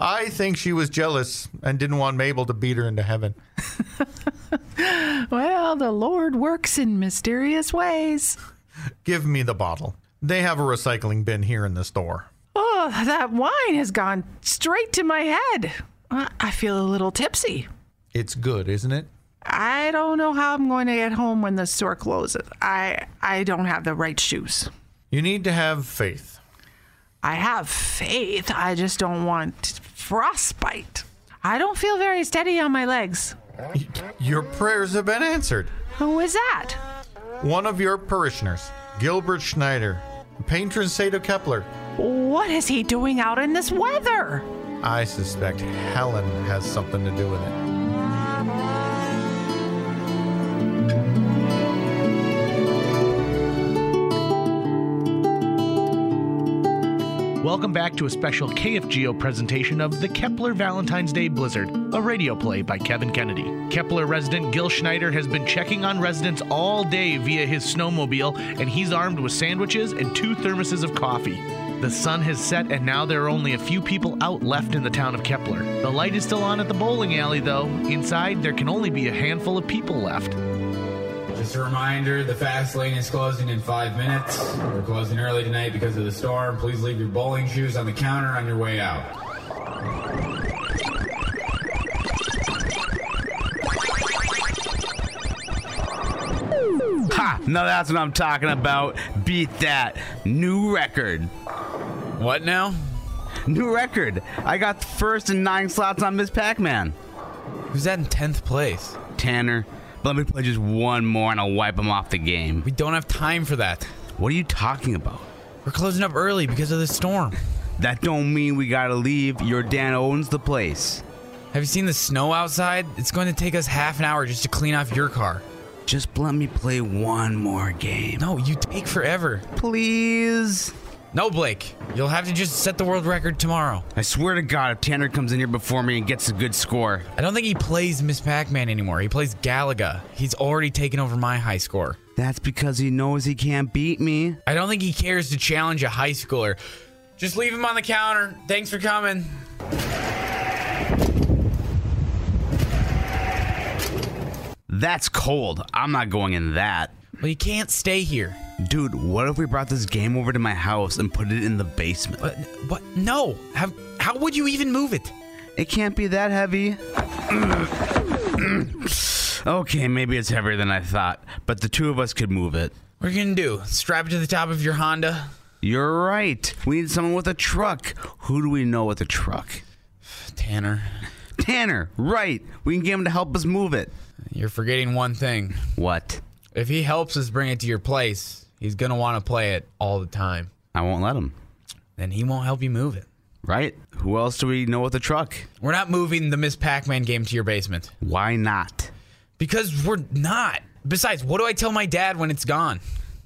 Speaker 9: I think she was jealous and didn't want Mabel to beat her into heaven.
Speaker 8: Well, the Lord works in mysterious ways.
Speaker 9: Give me the bottle. They have a recycling bin here in the store.
Speaker 8: Oh, that wine has gone straight to my head. I I feel a little tipsy.
Speaker 9: It's good, isn't it?
Speaker 8: I don't know how I'm going to get home when the store closes. I I don't have the right shoes.
Speaker 9: You need to have faith.
Speaker 8: I have faith. I just don't want frostbite. I don't feel very steady on my legs.
Speaker 9: Your prayers have been answered.
Speaker 8: Who is that?
Speaker 9: One of your parishioners, Gilbert Schneider, painter in Sato Kepler.
Speaker 8: What is he doing out in this weather?
Speaker 9: I suspect Helen has something to do with it.
Speaker 1: Welcome back to a special KFGO presentation of The Kepler Valentine's Day Blizzard, a radio play by Kevin Kennedy. Kepler resident Gil Schneider has been checking on residents all day via his snowmobile, and he's armed with sandwiches and two thermoses of coffee. The sun has set, and now there are only a few people out left in the town of Kepler. The light is still on at the bowling alley, though. Inside, there can only be a handful of people left.
Speaker 10: Just a reminder, the fast lane is closing in five minutes. We're closing early tonight because of the storm. Please leave your bowling shoes on the counter on your way out.
Speaker 11: Ha! Now that's what I'm talking about. Beat that. New record.
Speaker 12: What now?
Speaker 11: New record. I got the first in nine slots on Miss Pac Man.
Speaker 12: Who's that in 10th place?
Speaker 11: Tanner, but let me play just one more and I'll wipe him off the game.
Speaker 12: We don't have time for that.
Speaker 11: What are you talking about?
Speaker 12: We're closing up early because of the storm.
Speaker 11: That don't mean we gotta leave. Your Dan owns the place.
Speaker 12: Have you seen the snow outside? It's going to take us half an hour just to clean off your car.
Speaker 11: Just let me play one more game.
Speaker 12: No, you take forever.
Speaker 11: Please.
Speaker 12: No, Blake. You'll have to just set the world record tomorrow.
Speaker 11: I swear to God, if Tanner comes in here before me and gets a good score,
Speaker 12: I don't think he plays Miss Pac Man anymore. He plays Galaga. He's already taken over my high score.
Speaker 11: that's because he knows he can't beat me.
Speaker 12: I don't think he cares to challenge a high schooler. Just leave him on the counter. Thanks for coming.
Speaker 11: That's cold. I'm not going in that.
Speaker 12: Well, you can't stay here.
Speaker 11: Dude, what if we brought this game over to my house and put it in the basement?
Speaker 12: But, but no. How, how would you even move it?
Speaker 11: It can't be that heavy. (clears throat) okay, maybe it's heavier than I thought, but the two of us could move it.
Speaker 12: What are you gonna do? Strap it to the top of your Honda?
Speaker 11: You're right. We need someone with a truck. Who do we know with a truck?
Speaker 12: Tanner,
Speaker 11: Tanner, right. We can get him to help us move it.
Speaker 12: you're forgetting one thing.
Speaker 11: What?
Speaker 12: If he helps us bring it to your place, he's gonna wanna play it all the time.
Speaker 11: I won't let him.
Speaker 12: Then he won't help you move it.
Speaker 11: Right? Who else do we know with a truck?
Speaker 12: We're not moving the Miss Pac Man game to your basement.
Speaker 11: Why not?
Speaker 12: Because we're not. Besides, what do I tell my dad when it's gone?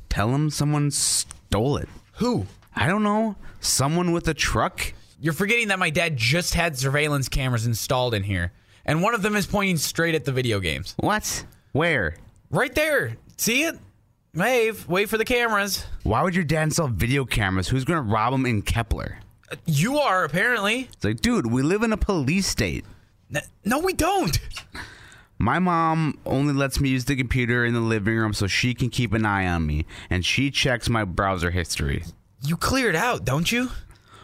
Speaker 11: Tell him someone stole it.
Speaker 12: Who?
Speaker 11: I don't know. Someone with a truck?
Speaker 12: You're forgetting that my dad just had surveillance cameras installed in here, and one of them is pointing straight at the video games.
Speaker 11: What? Where?
Speaker 12: Right there. See it? Wave. Wait for the cameras.
Speaker 11: Why would your dad sell video cameras? Who's going to rob him in Kepler?
Speaker 12: You are, apparently.
Speaker 11: It's like, dude, we live in a police state.
Speaker 12: N- No, we don't.
Speaker 11: My mom only lets me use the computer in the living room so she can keep an eye on me, and she checks my browser history.
Speaker 12: You clear it out, don't you?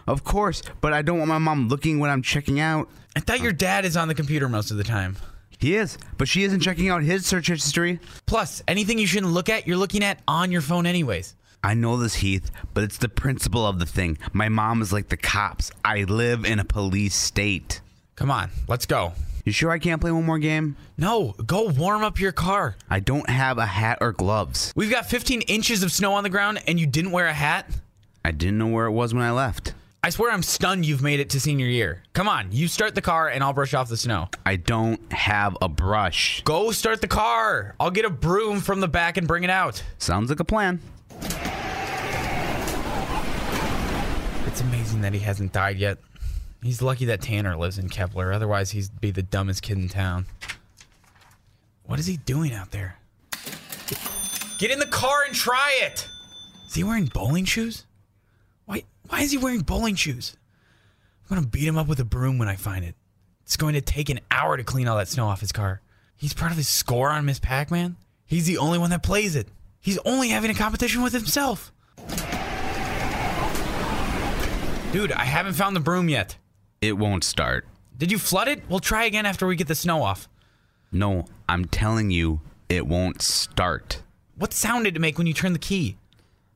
Speaker 11: Of course, but I don't want my mom looking when I'm checking out.
Speaker 12: I thought your dad is on the computer most of the time.
Speaker 11: He is, but she isn't checking out his search history.
Speaker 12: Plus, anything you shouldn't look at, you're looking at on your phone, anyways.
Speaker 11: I know this, Heath, but it's the principle of the thing. My mom is like the cops. I live in a police state.
Speaker 12: Come on, let's go.
Speaker 11: You sure I can't play one more game?
Speaker 12: No, go warm up your car.
Speaker 11: I don't have a hat or gloves.
Speaker 12: We've got 15 inches of snow on the ground and you didn't wear a hat?
Speaker 11: I didn't know where it was when I left.
Speaker 12: I swear I'm stunned you've made it to senior year. Come on, you start the car and I'll brush off the snow.
Speaker 11: I don't have a brush.
Speaker 12: Go start the car. I'll get a broom from the back and bring it out.
Speaker 11: Sounds like a plan.
Speaker 12: It's amazing that he hasn't died yet. He's lucky that Tanner lives in Kepler, otherwise, he'd be the dumbest kid in town. What is he doing out there? Get in the car and try it! Is he wearing bowling shoes? Why, why is he wearing bowling shoes? I'm gonna beat him up with a broom when I find it. It's going to take an hour to clean all that snow off his car. He's proud of his score on Miss Pac Man. He's the only one that plays it. He's only having a competition with himself. Dude, I haven't found the broom yet.
Speaker 11: It won't start.
Speaker 12: Did you flood it? We'll try again after we get the snow off.
Speaker 11: No, I'm telling you, it won't start.
Speaker 12: What sound did it make when you turned the key?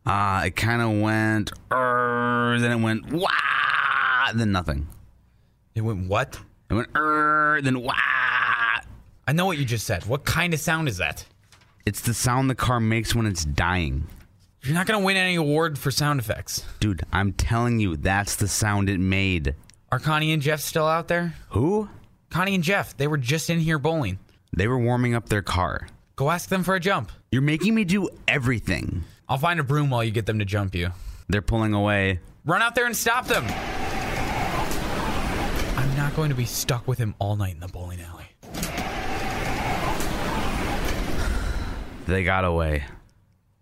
Speaker 11: Uh, it kind of went, "Err," then it went, wah, then nothing.
Speaker 12: It went what?
Speaker 11: It went, "Err," then wah.
Speaker 12: I know what you just said. What kind of sound is that?
Speaker 11: It's the sound the car makes when it's dying.
Speaker 12: You're not gonna win any award for sound effects.
Speaker 11: Dude, I'm telling you, that's the sound it made.
Speaker 12: Are Connie and Jeff still out there?
Speaker 11: Who?
Speaker 12: Connie and Jeff, they were just in here bowling.
Speaker 11: They were warming up their car.
Speaker 12: Go ask them for a jump.
Speaker 11: You're making me do everything.
Speaker 12: I'll find a broom while you get them to jump you.
Speaker 11: They're pulling away.
Speaker 12: Run out there and stop them. I'm not going to be stuck with him all night in the bowling alley.
Speaker 11: They got away.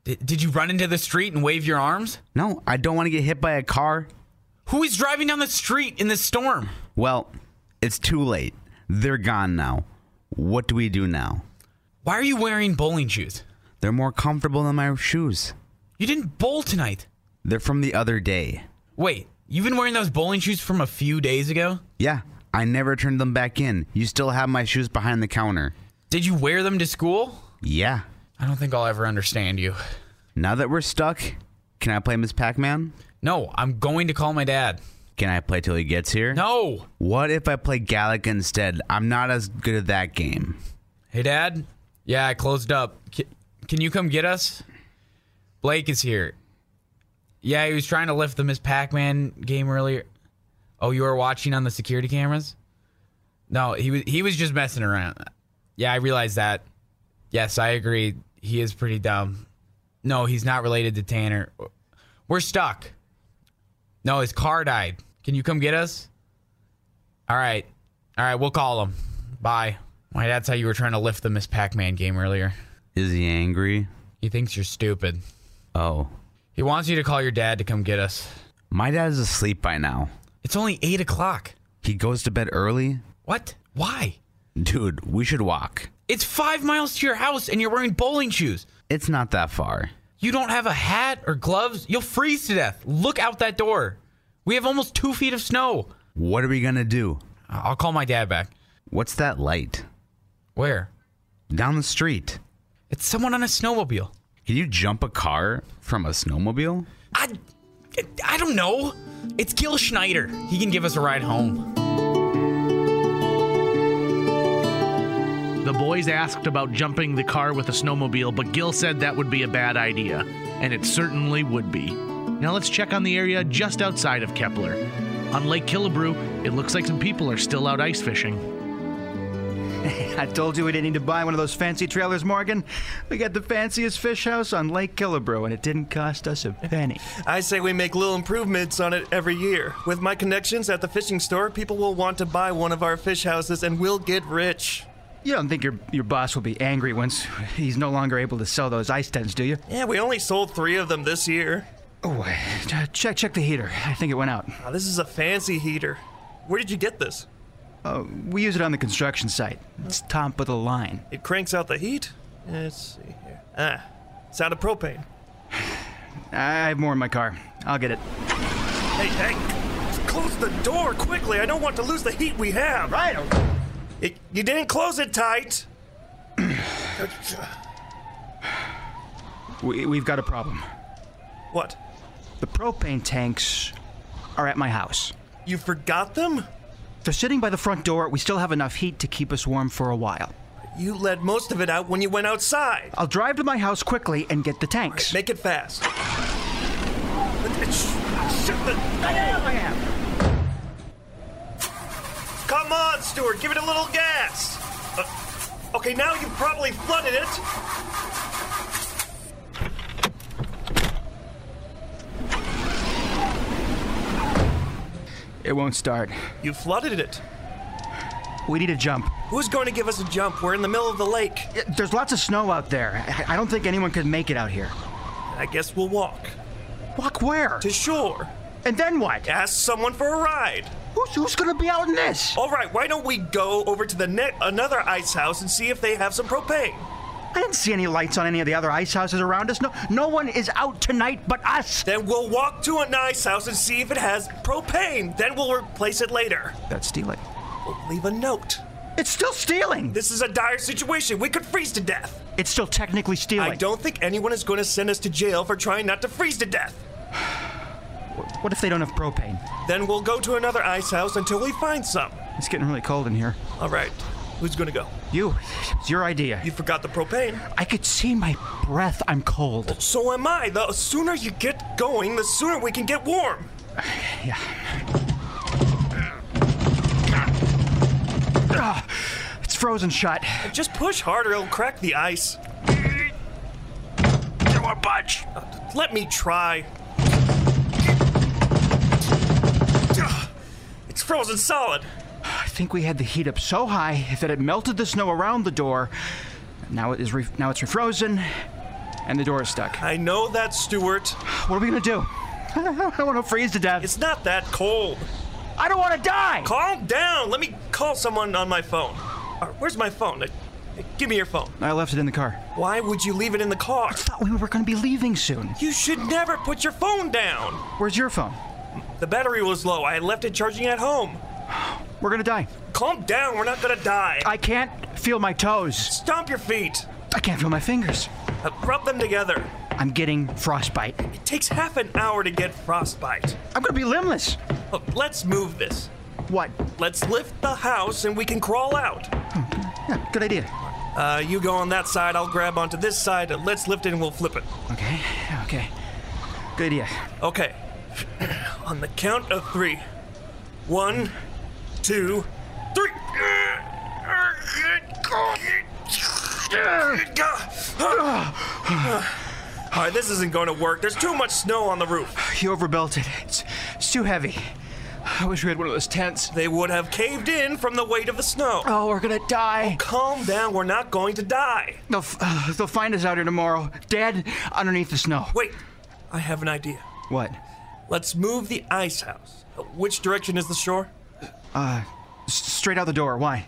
Speaker 12: Did, did you run into the street and wave your arms?
Speaker 11: No, I don't want to get hit by a car.
Speaker 12: Who is driving down the street in this storm?
Speaker 11: Well, it's too late. They're gone now. What do we do now?
Speaker 12: Why are you wearing bowling shoes?
Speaker 11: They're more comfortable than my shoes.
Speaker 12: You didn't bowl tonight.
Speaker 11: They're from the other day.
Speaker 12: Wait, you've been wearing those bowling shoes from a few days ago?
Speaker 11: Yeah, I never turned them back in. You still have my shoes behind the counter.
Speaker 12: Did you wear them to school?
Speaker 11: Yeah.
Speaker 12: I don't think I'll ever understand you.
Speaker 11: Now that we're stuck, can I play Miss Pac Man?
Speaker 12: No, I'm going to call my dad.
Speaker 11: Can I play till he gets here?
Speaker 12: No!
Speaker 11: What if I play Galaga instead? I'm not as good at that game.
Speaker 12: Hey, Dad? Yeah, I closed up. C- Can you come get us? Blake is here. Yeah, he was trying to lift the Miss Pac Man game earlier. Oh, you were watching on the security cameras? No, he was he was just messing around. Yeah, I realized that. Yes, I agree. He is pretty dumb. No, he's not related to Tanner. We're stuck. No, his car died. Can you come get us? All right. All right, we'll call him. Bye. Why, that's how you were trying to lift the Miss Pac Man game earlier.
Speaker 11: Is he angry?
Speaker 12: He thinks you're stupid.
Speaker 11: Oh.
Speaker 12: He wants you to call your dad to come get us.
Speaker 11: My dad's asleep by now.
Speaker 12: It's only 8 o'clock.
Speaker 11: He goes to bed early?
Speaker 12: What? Why?
Speaker 11: Dude, we should walk.
Speaker 12: It's five miles to your house and you're wearing bowling shoes.
Speaker 11: It's not that far.
Speaker 12: You don't have a hat or gloves. You'll freeze to death. Look out that door. We have almost two feet of snow.
Speaker 11: What are we gonna do?
Speaker 12: I- Uh, I'll call my dad back.
Speaker 11: What's that light?
Speaker 12: Where?
Speaker 11: Down the street.
Speaker 12: It's someone on a snowmobile.
Speaker 11: Can you jump a car from a snowmobile?
Speaker 12: I, I don't know. It's Gil Schneider. He can give us a ride home.
Speaker 1: The boys asked about jumping the car with a snowmobile, but Gil said that would be a bad idea, and it certainly would be. Now let's check on the area just outside of Kepler. On Lake Killebrew, it looks like some people are still out ice fishing.
Speaker 13: I told you we didn't need to buy one of those fancy trailers, Morgan. We got the fanciest fish house on Lake Killebrew, and it didn't cost us a penny.
Speaker 14: I say we make little improvements on it every year. With my connections at the fishing store, people will want to buy one of our fish houses and we'll get rich.
Speaker 13: You don't think your your boss will be angry once he's no longer able to sell those ice tents, do you?
Speaker 14: Yeah, we only sold three of them this year.
Speaker 13: Oh, uh, check check the heater. I think it went out.
Speaker 14: Ah, this is a fancy heater. Where did you get this?
Speaker 13: Oh, we use it on the construction site. It's top of the line.
Speaker 14: It cranks out the heat. Let's see here. Ah, it's out of propane.
Speaker 13: I have more in my car. I'll get it.
Speaker 14: Hey, hey, close the door quickly. I don't want to lose the heat we have. Right. It, you didn't close it tight. (clears throat)
Speaker 13: We, we've got a problem.
Speaker 14: What?
Speaker 13: The propane tanks are at my house.
Speaker 14: You forgot them?
Speaker 13: They're sitting by the front door. We still have enough heat to keep us warm for a while.
Speaker 14: You let most of it out when you went outside.
Speaker 13: I'll drive to my house quickly and get the tanks.
Speaker 14: Make it fast. Shut the. Come on, Stuart, give it a little gas. Uh, okay, now you've probably flooded it.
Speaker 13: It won't start.
Speaker 14: You flooded it.
Speaker 13: We need a jump.
Speaker 14: Who's going to give us a jump? We're in the middle of the lake.
Speaker 13: Yeah, There's lots of snow out there. I- I don't think anyone could make it out here.
Speaker 14: I guess we'll walk
Speaker 13: Walk where?
Speaker 14: to shore.
Speaker 13: And then what?
Speaker 14: Ask someone for a ride.
Speaker 13: Who's, who's gonna be out in this?
Speaker 14: All right, why don't we go over to the net another ice house and see if they have some propane?
Speaker 13: I didn't see any lights on any of the other ice houses around us. No, no one is out tonight but us.
Speaker 14: Then we'll walk to an ice house and see if it has propane. Then we'll replace it later.
Speaker 13: That's stealing.
Speaker 14: We'll leave a note.
Speaker 13: It's still stealing.
Speaker 14: This is a dire situation. We could freeze to death.
Speaker 13: It's still technically stealing.
Speaker 14: I don't think anyone is going to send us to jail for trying not to freeze to death.
Speaker 13: What if they don't have propane?
Speaker 14: Then we'll go to another ice house until we find some.
Speaker 13: It's getting really cold in here.
Speaker 14: All right. Who's going to go?
Speaker 13: You, it's your idea.
Speaker 14: You forgot the propane.
Speaker 13: I could see my breath. I'm cold.
Speaker 14: So am I. The sooner you get going, the sooner we can get warm.
Speaker 13: (sighs) Yeah. Ah, it's frozen shut.
Speaker 14: Just push harder, it'll crack the ice.
Speaker 13: Bunch.
Speaker 14: Let me try. controls it solid.
Speaker 13: I think we had the heat up so high that it melted the snow around the door. Now it is re- now it's refrozen, and the door is stuck.
Speaker 14: I know that, Stuart.
Speaker 13: What are we gonna do? I don't want to freeze to death.
Speaker 14: It's not that cold.
Speaker 13: I don't want to die.
Speaker 14: Calm down. Let me call someone on my phone. Uh, Where's my phone? Uh, uh, Give me your phone.
Speaker 13: I left it in the car.
Speaker 14: Why would you leave it in the car? I
Speaker 13: thought we were gonna be leaving soon.
Speaker 14: You should never put your phone down.
Speaker 13: Where's your phone?
Speaker 14: The battery was low. I left it charging at home.
Speaker 13: (sighs) We're gonna die.
Speaker 14: Calm down. We're not gonna die.
Speaker 13: I can't feel my toes.
Speaker 14: Stomp your feet.
Speaker 13: I can't feel my fingers.
Speaker 14: Uh, rub them together.
Speaker 13: I'm getting frostbite.
Speaker 14: It takes half an hour to get frostbite.
Speaker 13: I'm gonna be limbless.
Speaker 14: Look, let's move this.
Speaker 13: What?
Speaker 14: Let's lift the house and we can crawl out.
Speaker 13: Hmm. Yeah, good idea.
Speaker 14: Uh, you go on that side. I'll grab onto this side. Uh, Let's lift it and we'll flip it.
Speaker 13: Okay. Okay. Good idea.
Speaker 14: Okay. (clears throat) on the count of three. One, two, three. (sighs) All right, this isn't going to work. There's too much snow on the roof.
Speaker 13: You overbelted. It's, it's too heavy. I wish we had one of those tents.
Speaker 14: They would have caved in from the weight of the snow.
Speaker 13: Oh, we're gonna die.
Speaker 14: Calm down. We're not going to die.
Speaker 13: They'll, f- uh, they'll find us out here tomorrow, dead underneath the snow.
Speaker 14: Wait, I have an idea.
Speaker 13: What?
Speaker 14: Let's move the ice house. Which direction is the shore?
Speaker 13: Uh, s- straight out the door. Why?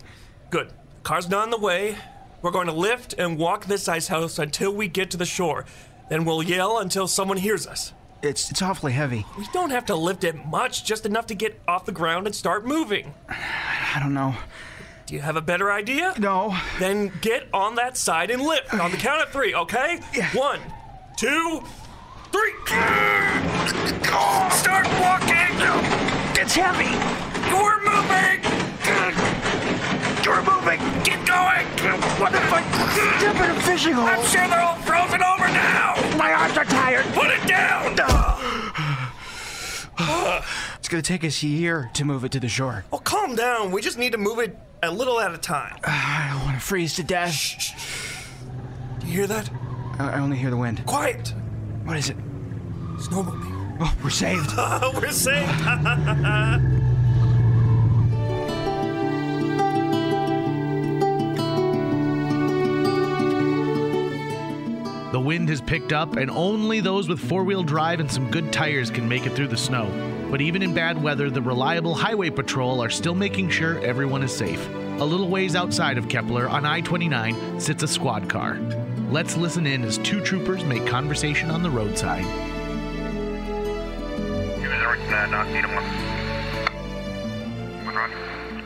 Speaker 14: Good. Car's not in the way. We're going to lift and walk this ice house until we get to the shore. Then we'll yell until someone hears us.
Speaker 13: It's it's awfully heavy.
Speaker 14: We don't have to lift it much, just enough to get off the ground and start moving.
Speaker 13: I don't know. (sighs)
Speaker 14: Do you have a better idea?
Speaker 13: No.
Speaker 14: Then get on that side and lift on the count of three, okay? One, two, three. Start walking!
Speaker 13: It's heavy.
Speaker 14: We're moving!
Speaker 13: You're moving.
Speaker 14: Keep going!
Speaker 13: What the fuck? Step in a fishing hole.
Speaker 14: I'm sure they're all frozen over now!
Speaker 13: My arms are tired.
Speaker 14: Put it down!
Speaker 13: It's gonna take us a year to move it to the shore.
Speaker 14: Oh, calm down. We just need to move it a little at a time.
Speaker 13: (sighs) I don't want to freeze to death.
Speaker 14: Do you hear that?
Speaker 13: I, I only hear the wind.
Speaker 14: Quiet!
Speaker 13: What is it?
Speaker 14: Snowmobile.
Speaker 13: Oh, we're saved.
Speaker 14: (laughs) We're safe. (laughs)
Speaker 1: The wind has picked up, and only those with four wheel drive and some good tires can make it through the snow. But even in bad weather, the reliable Highway Patrol are still making sure everyone is safe. A little ways outside of Kepler on I 29 sits a squad car. Let's listen in as two troopers make conversation on the roadside.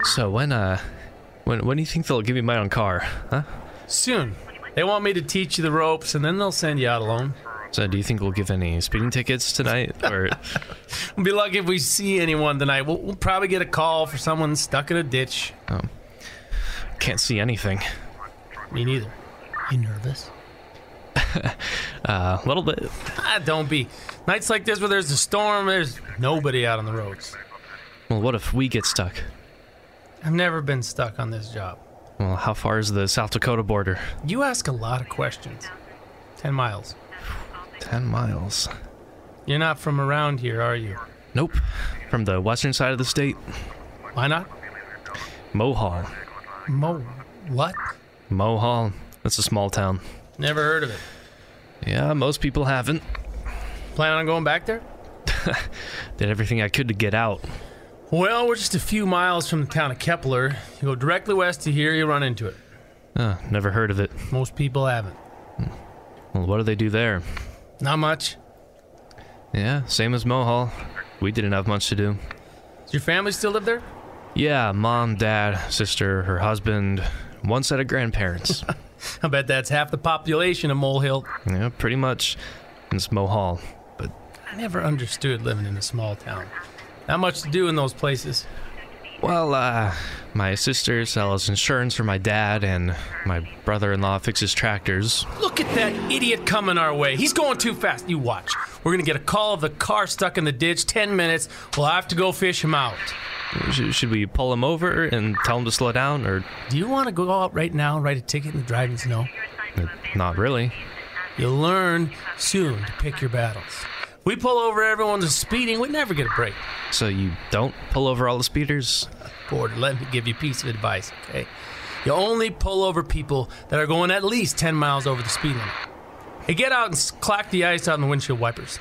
Speaker 15: So when uh, when when do you think they'll give me my own car? Huh?
Speaker 16: Soon. They want me to teach you the ropes and then they'll send you out alone.
Speaker 15: So do you think we'll give any speeding tickets tonight? Or
Speaker 16: (laughs) We'll be lucky if we see anyone tonight. We'll, we'll probably get a call for someone stuck in a ditch.
Speaker 15: um, can't see anything.
Speaker 16: Me neither.
Speaker 15: (laughs)
Speaker 16: You nervous?
Speaker 15: A little bit.
Speaker 16: Ah, don't be. Nights like this where there's a storm, there's nobody out on the roads.
Speaker 15: Well, what if we get stuck?
Speaker 16: I've never been stuck on this job.
Speaker 15: Well, how far is the South Dakota border?
Speaker 16: You ask a lot of questions. 10 miles.
Speaker 15: Ten miles.
Speaker 16: You're not from around here, are you?
Speaker 15: Nope. From the western side of the state,
Speaker 16: Why not?
Speaker 15: Mohall.
Speaker 16: Mo. What?
Speaker 15: Mohall. That's a small town.
Speaker 16: Never heard of it.
Speaker 15: Yeah, most people haven't.
Speaker 16: Plan on going back there?
Speaker 15: (laughs) Did everything I could to get out.
Speaker 16: Well, we're just a few miles from the town of Kepler. You go directly west to here, you run into it.
Speaker 15: Uh, never heard of it.
Speaker 16: Most people haven't.
Speaker 15: Well, what do they do there?
Speaker 16: Not much.
Speaker 15: Yeah, same as Mohall. We didn't have much to do.
Speaker 16: Does your family still live there?
Speaker 15: Yeah, mom, dad, sister, her husband, one set of
Speaker 16: (laughs)
Speaker 15: grandparents.
Speaker 16: I bet that's half the population of Molehill.
Speaker 15: yeah, pretty much. It's Mohall. But
Speaker 16: I never understood living in a small town. Not much to do in those places.
Speaker 15: Well, uh, my sister sells insurance for my dad, and my brother in law fixes tractors.
Speaker 16: Look at that idiot coming our way. He's going too fast. You watch. We're gonna get a call of the car stuck in the ditch. Ten minutes. We'll have to go fish him out.
Speaker 15: Sh- should we pull him over and tell him to slow down, or
Speaker 16: Do you want to go out right now, and write a ticket, and drive in the snow?
Speaker 15: Uh, not really?
Speaker 16: You'll learn soon to pick your battles. We pull over everyone's speeding. We never get a break.
Speaker 15: So you don't pull over all the speeders?
Speaker 16: Gordon, let me give you a piece of advice, okay? You only pull over people that are going at least 10 miles over the speed limit. Hey, get out and s- clack the ice on the windshield wipers.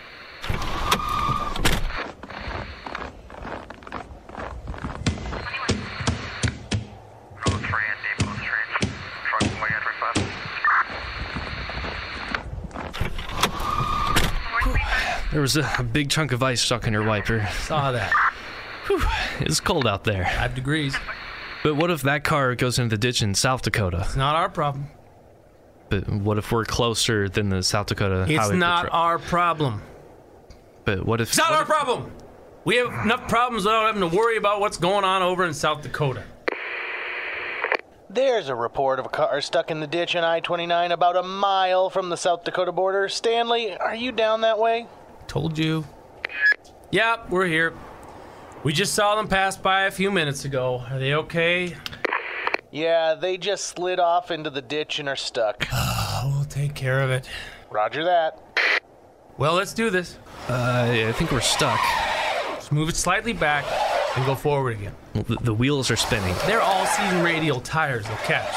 Speaker 15: There was a, a big chunk of ice stuck in your wiper. (laughs)
Speaker 16: Saw that.
Speaker 15: Whew, it's cold out there. Five
Speaker 16: degrees.
Speaker 15: But what if that car goes into the ditch in South Dakota? It's
Speaker 16: not our problem.
Speaker 15: But what if we're closer than the South Dakota
Speaker 16: It's
Speaker 15: Highway
Speaker 16: not
Speaker 15: Patrol?
Speaker 16: our problem.
Speaker 15: But what if
Speaker 16: It's not our problem. We have enough problems without having to worry about what's going on over in South Dakota.
Speaker 17: There's a report of a car stuck in the ditch in I 29 about a mile from the South Dakota border. Stanley, are you down that way?
Speaker 16: Told you. Yep, we're here. We just saw them pass by a few minutes ago. Are they okay?
Speaker 17: Yeah, they just slid off into the ditch and are stuck. (sighs)
Speaker 16: Oh, we'll take care of it.
Speaker 17: Roger that.
Speaker 16: Well, let's do this.
Speaker 15: Uh, yeah, I think we're stuck.
Speaker 16: Just move it slightly back and go forward again.
Speaker 15: Well, the, the wheels are spinning.
Speaker 16: They're all season radial tires. They'll catch.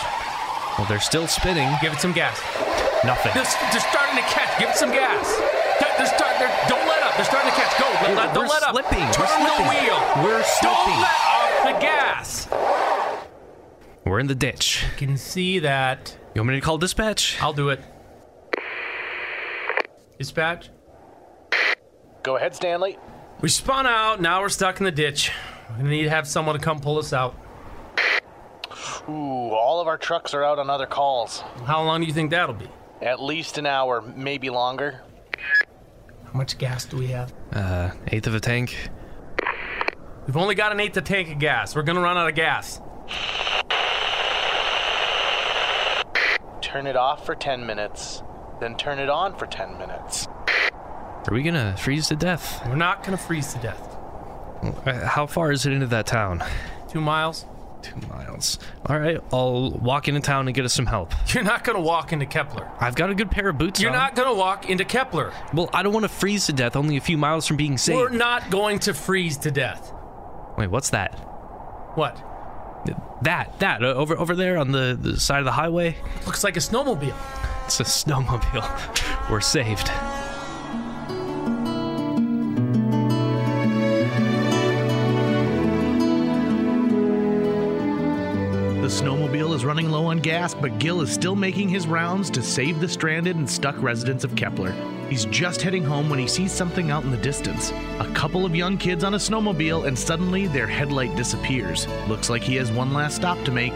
Speaker 15: Well, they're still spinning.
Speaker 16: Give it some gas.
Speaker 15: Nothing.
Speaker 16: They're, s- they're starting to catch. Give it some gas. They're, they're start, they're, don't let up. They're starting to catch. Go. Let-
Speaker 15: We're-
Speaker 16: let- don't
Speaker 15: we're
Speaker 16: let up.
Speaker 15: slipping. We're
Speaker 16: Turn
Speaker 15: slipping.
Speaker 16: the wheel.
Speaker 15: We're slipping.
Speaker 16: Don't let off the gas.
Speaker 15: We're in the ditch.
Speaker 16: I can see that.
Speaker 15: You want me to call dispatch?
Speaker 16: I'll do it. Dispatch.
Speaker 17: Go ahead, Stanley.
Speaker 16: We spun out. Now we're stuck in the ditch. We need to have someone to come pull us out.
Speaker 17: Ooh, all of our trucks are out on other calls.
Speaker 16: How long do you think that'll be?
Speaker 17: At least an hour, maybe longer.
Speaker 16: How much gas do we have?
Speaker 15: Uh, eighth of a tank.
Speaker 16: We've only got an eighth of tank of gas. We're gonna run out of gas.
Speaker 17: Turn it off for 10 minutes, then turn it on for 10 minutes.
Speaker 15: Are we gonna freeze to death?
Speaker 16: We're not gonna freeze to death.
Speaker 15: Uh, How far is it into that town?
Speaker 16: Two miles.
Speaker 15: Two miles. All right, I'll walk into town and get us some help.
Speaker 16: You're not gonna walk into Kepler.
Speaker 15: I've got a good pair of boots.
Speaker 16: You're
Speaker 15: on.
Speaker 16: not gonna walk into Kepler.
Speaker 15: Well, I don't want to freeze to death. Only a few miles from being saved.
Speaker 16: We're not going to freeze to death.
Speaker 15: Wait, what's that?
Speaker 16: What?
Speaker 15: That that uh, over over there on the, the side of the highway.
Speaker 16: Looks like a snowmobile.
Speaker 15: It's a (laughs) snowmobile. We're saved.
Speaker 1: The snowmobile is running low on gas, but Gil is still making his rounds to save the stranded and stuck residents of Kepler. He's just heading home when he sees something out in the distance. A couple of young kids on a snowmobile, and suddenly their headlight disappears. Looks like he has one last stop to make.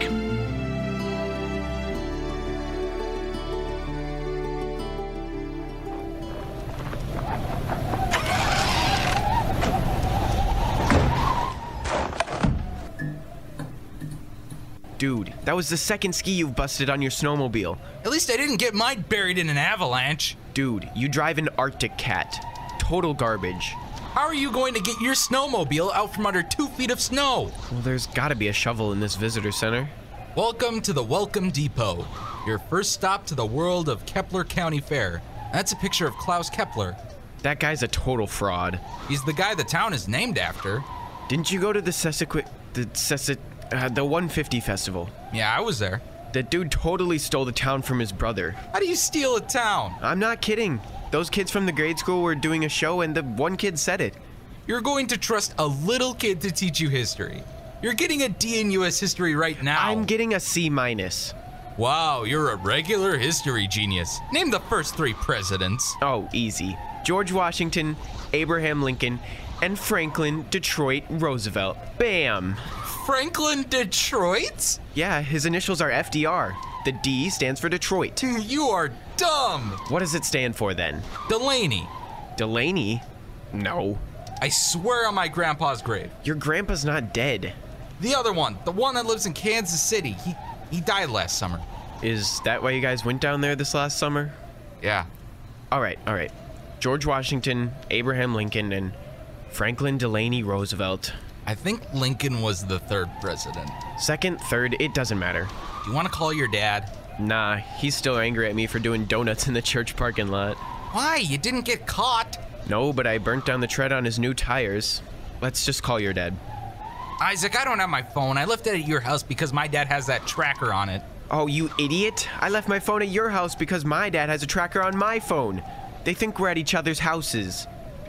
Speaker 18: Dude, that was the second ski you've busted on your snowmobile.
Speaker 19: At least I didn't get mine buried in an avalanche.
Speaker 18: Dude, you drive an Arctic cat. Total garbage.
Speaker 19: How are you going to get your snowmobile out from under two feet of snow?
Speaker 18: Well, there's gotta be a shovel in this visitor center.
Speaker 19: Welcome to the Welcome Depot, your first stop to the world of Kepler County Fair. That's a picture of Klaus Kepler.
Speaker 18: That guy's a total fraud.
Speaker 19: He's the guy the town is named after.
Speaker 18: Didn't you go to the Sesquic. the Sesquic. Uh, the 150 festival?
Speaker 19: Yeah, I was there.
Speaker 18: That dude totally stole the town from his brother.
Speaker 19: How do you steal a town?
Speaker 18: I'm not kidding. Those kids from the grade school were doing a show and the one kid said it.
Speaker 19: You're going to trust a little kid to teach you history. You're getting a D in US history right now. I'm
Speaker 18: getting a C minus.
Speaker 19: Wow, you're a regular history genius. Name the first three presidents.
Speaker 18: Oh, easy. George Washington, Abraham Lincoln, and Franklin Detroit Roosevelt. Bam!
Speaker 19: Franklin Detroit?
Speaker 18: Yeah, his initials are FDR. The D stands for Detroit.
Speaker 19: You are dumb!
Speaker 18: What does it stand for then?
Speaker 19: Delaney.
Speaker 18: Delaney? No.
Speaker 19: I swear on my grandpa's grave.
Speaker 18: Your grandpa's not dead.
Speaker 19: The other one, the one that lives in Kansas City, he he died last summer.
Speaker 18: Is that why you guys went down there this last summer?
Speaker 19: Yeah.
Speaker 18: All right, all right. George Washington, Abraham Lincoln, and Franklin Delaney Roosevelt.
Speaker 19: I think Lincoln was the third president.
Speaker 18: Second, third, it doesn't matter.
Speaker 19: Do you want to call your dad?
Speaker 18: Nah, he's still angry at me for doing donuts in the church parking lot.
Speaker 19: Why? You didn't get caught.
Speaker 18: No, but I burnt down the tread on his new tires. Let's just call your dad.
Speaker 19: Isaac, I don't have my phone. I left it at your house because my dad has that tracker on it.
Speaker 18: Oh, you idiot! I left my phone at your house because my dad has a tracker on my phone. They think we're at each other's houses.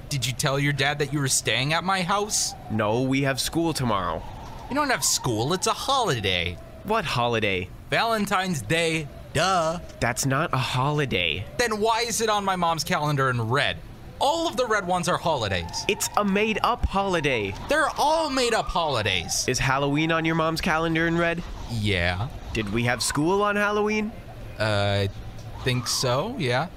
Speaker 19: Did you tell your dad that you were staying at my house?
Speaker 18: No, we have school tomorrow.
Speaker 19: You don't have school, it's a holiday.
Speaker 18: What holiday?
Speaker 19: Valentine's Day, duh.
Speaker 18: That's not a holiday.
Speaker 19: Then why is it on my mom's calendar in red? All of the red ones are holidays.
Speaker 18: It's a made up holiday.
Speaker 19: They're all made up holidays.
Speaker 18: Is Halloween on your mom's calendar in red?
Speaker 19: Yeah.
Speaker 18: Did we have school on Halloween?
Speaker 19: Uh, think so, yeah.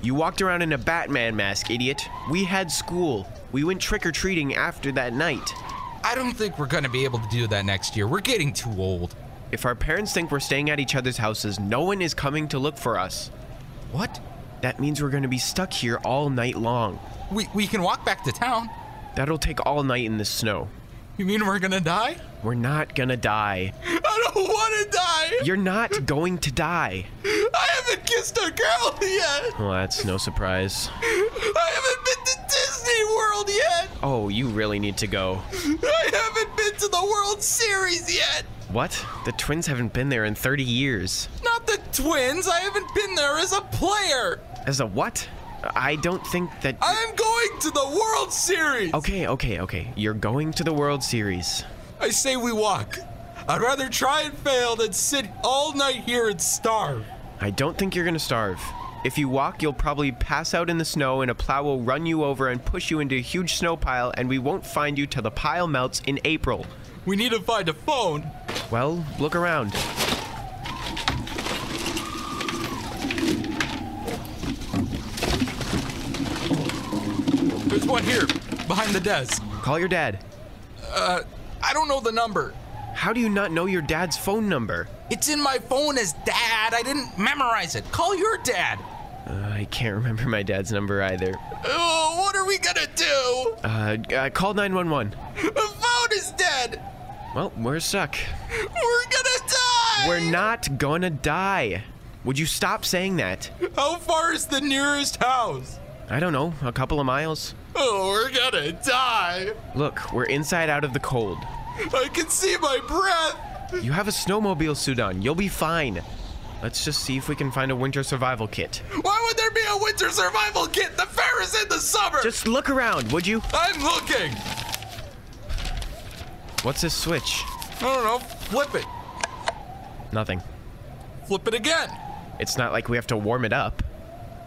Speaker 18: You walked around in a Batman mask, idiot. We had school. We went trick or treating after that night.
Speaker 19: I don't think we're gonna be able to do that next year. We're getting too old.
Speaker 18: If our parents think we're staying at each other's houses, no one is coming to look for us.
Speaker 19: What?
Speaker 18: That means we're gonna be stuck here all night long.
Speaker 19: We, we can walk back to town.
Speaker 18: That'll take all night in the snow.
Speaker 19: You mean we're gonna die?
Speaker 18: We're not
Speaker 19: (laughs)
Speaker 18: gonna die.
Speaker 19: I don't wanna die!
Speaker 18: You're not going to die.
Speaker 19: I haven't kissed a girl yet!
Speaker 18: Well, that's no surprise.
Speaker 19: I haven't been to Disney World yet!
Speaker 18: Oh, you really need to go.
Speaker 19: I haven't been to the World Series yet!
Speaker 18: What? The twins haven't been there in 30 years.
Speaker 19: Not the twins! I haven't been there as a player!
Speaker 18: As a what? I don't think that.
Speaker 19: I'm going to the World Series!
Speaker 18: Okay, okay, okay. You're going to the World Series.
Speaker 19: I say we walk. I'd rather try and fail than sit all night here and starve.
Speaker 18: I don't think you're gonna starve. If you walk, you'll probably pass out in the snow, and a plow will run you over and push you into a huge snow pile, and we won't find you till the pile melts in April.
Speaker 19: We need to find a phone.
Speaker 18: Well, look around.
Speaker 19: There's one here, behind the desk.
Speaker 18: Call your dad.
Speaker 19: Uh, I don't know the number.
Speaker 18: How do you not know your dad's phone number?
Speaker 19: It's in my phone as dad. I didn't memorize it. Call your dad.
Speaker 18: Uh, I can't (laughs) remember my dad's number either.
Speaker 19: Oh, what are we gonna do?
Speaker 18: Uh, uh call 911.
Speaker 19: The phone is dead.
Speaker 18: Well, we're stuck.
Speaker 19: We're gonna die.
Speaker 18: We're not gonna die. Would you stop saying that?
Speaker 19: How far is the nearest house?
Speaker 18: I don't know, a couple of miles.
Speaker 19: Oh, we're gonna die.
Speaker 18: Look, we're inside out of the cold.
Speaker 19: I can see my breath.
Speaker 18: You have a snowmobile suit on. You'll be fine. Let's just see if we can find a winter survival kit.
Speaker 19: Why would there be a winter survival kit? The fair is in the summer.
Speaker 18: Just look around, would you?
Speaker 19: I'm looking.
Speaker 18: What's this switch?
Speaker 19: I don't know. Flip it.
Speaker 18: Nothing.
Speaker 19: Flip it again.
Speaker 18: It's not like we have to warm it up.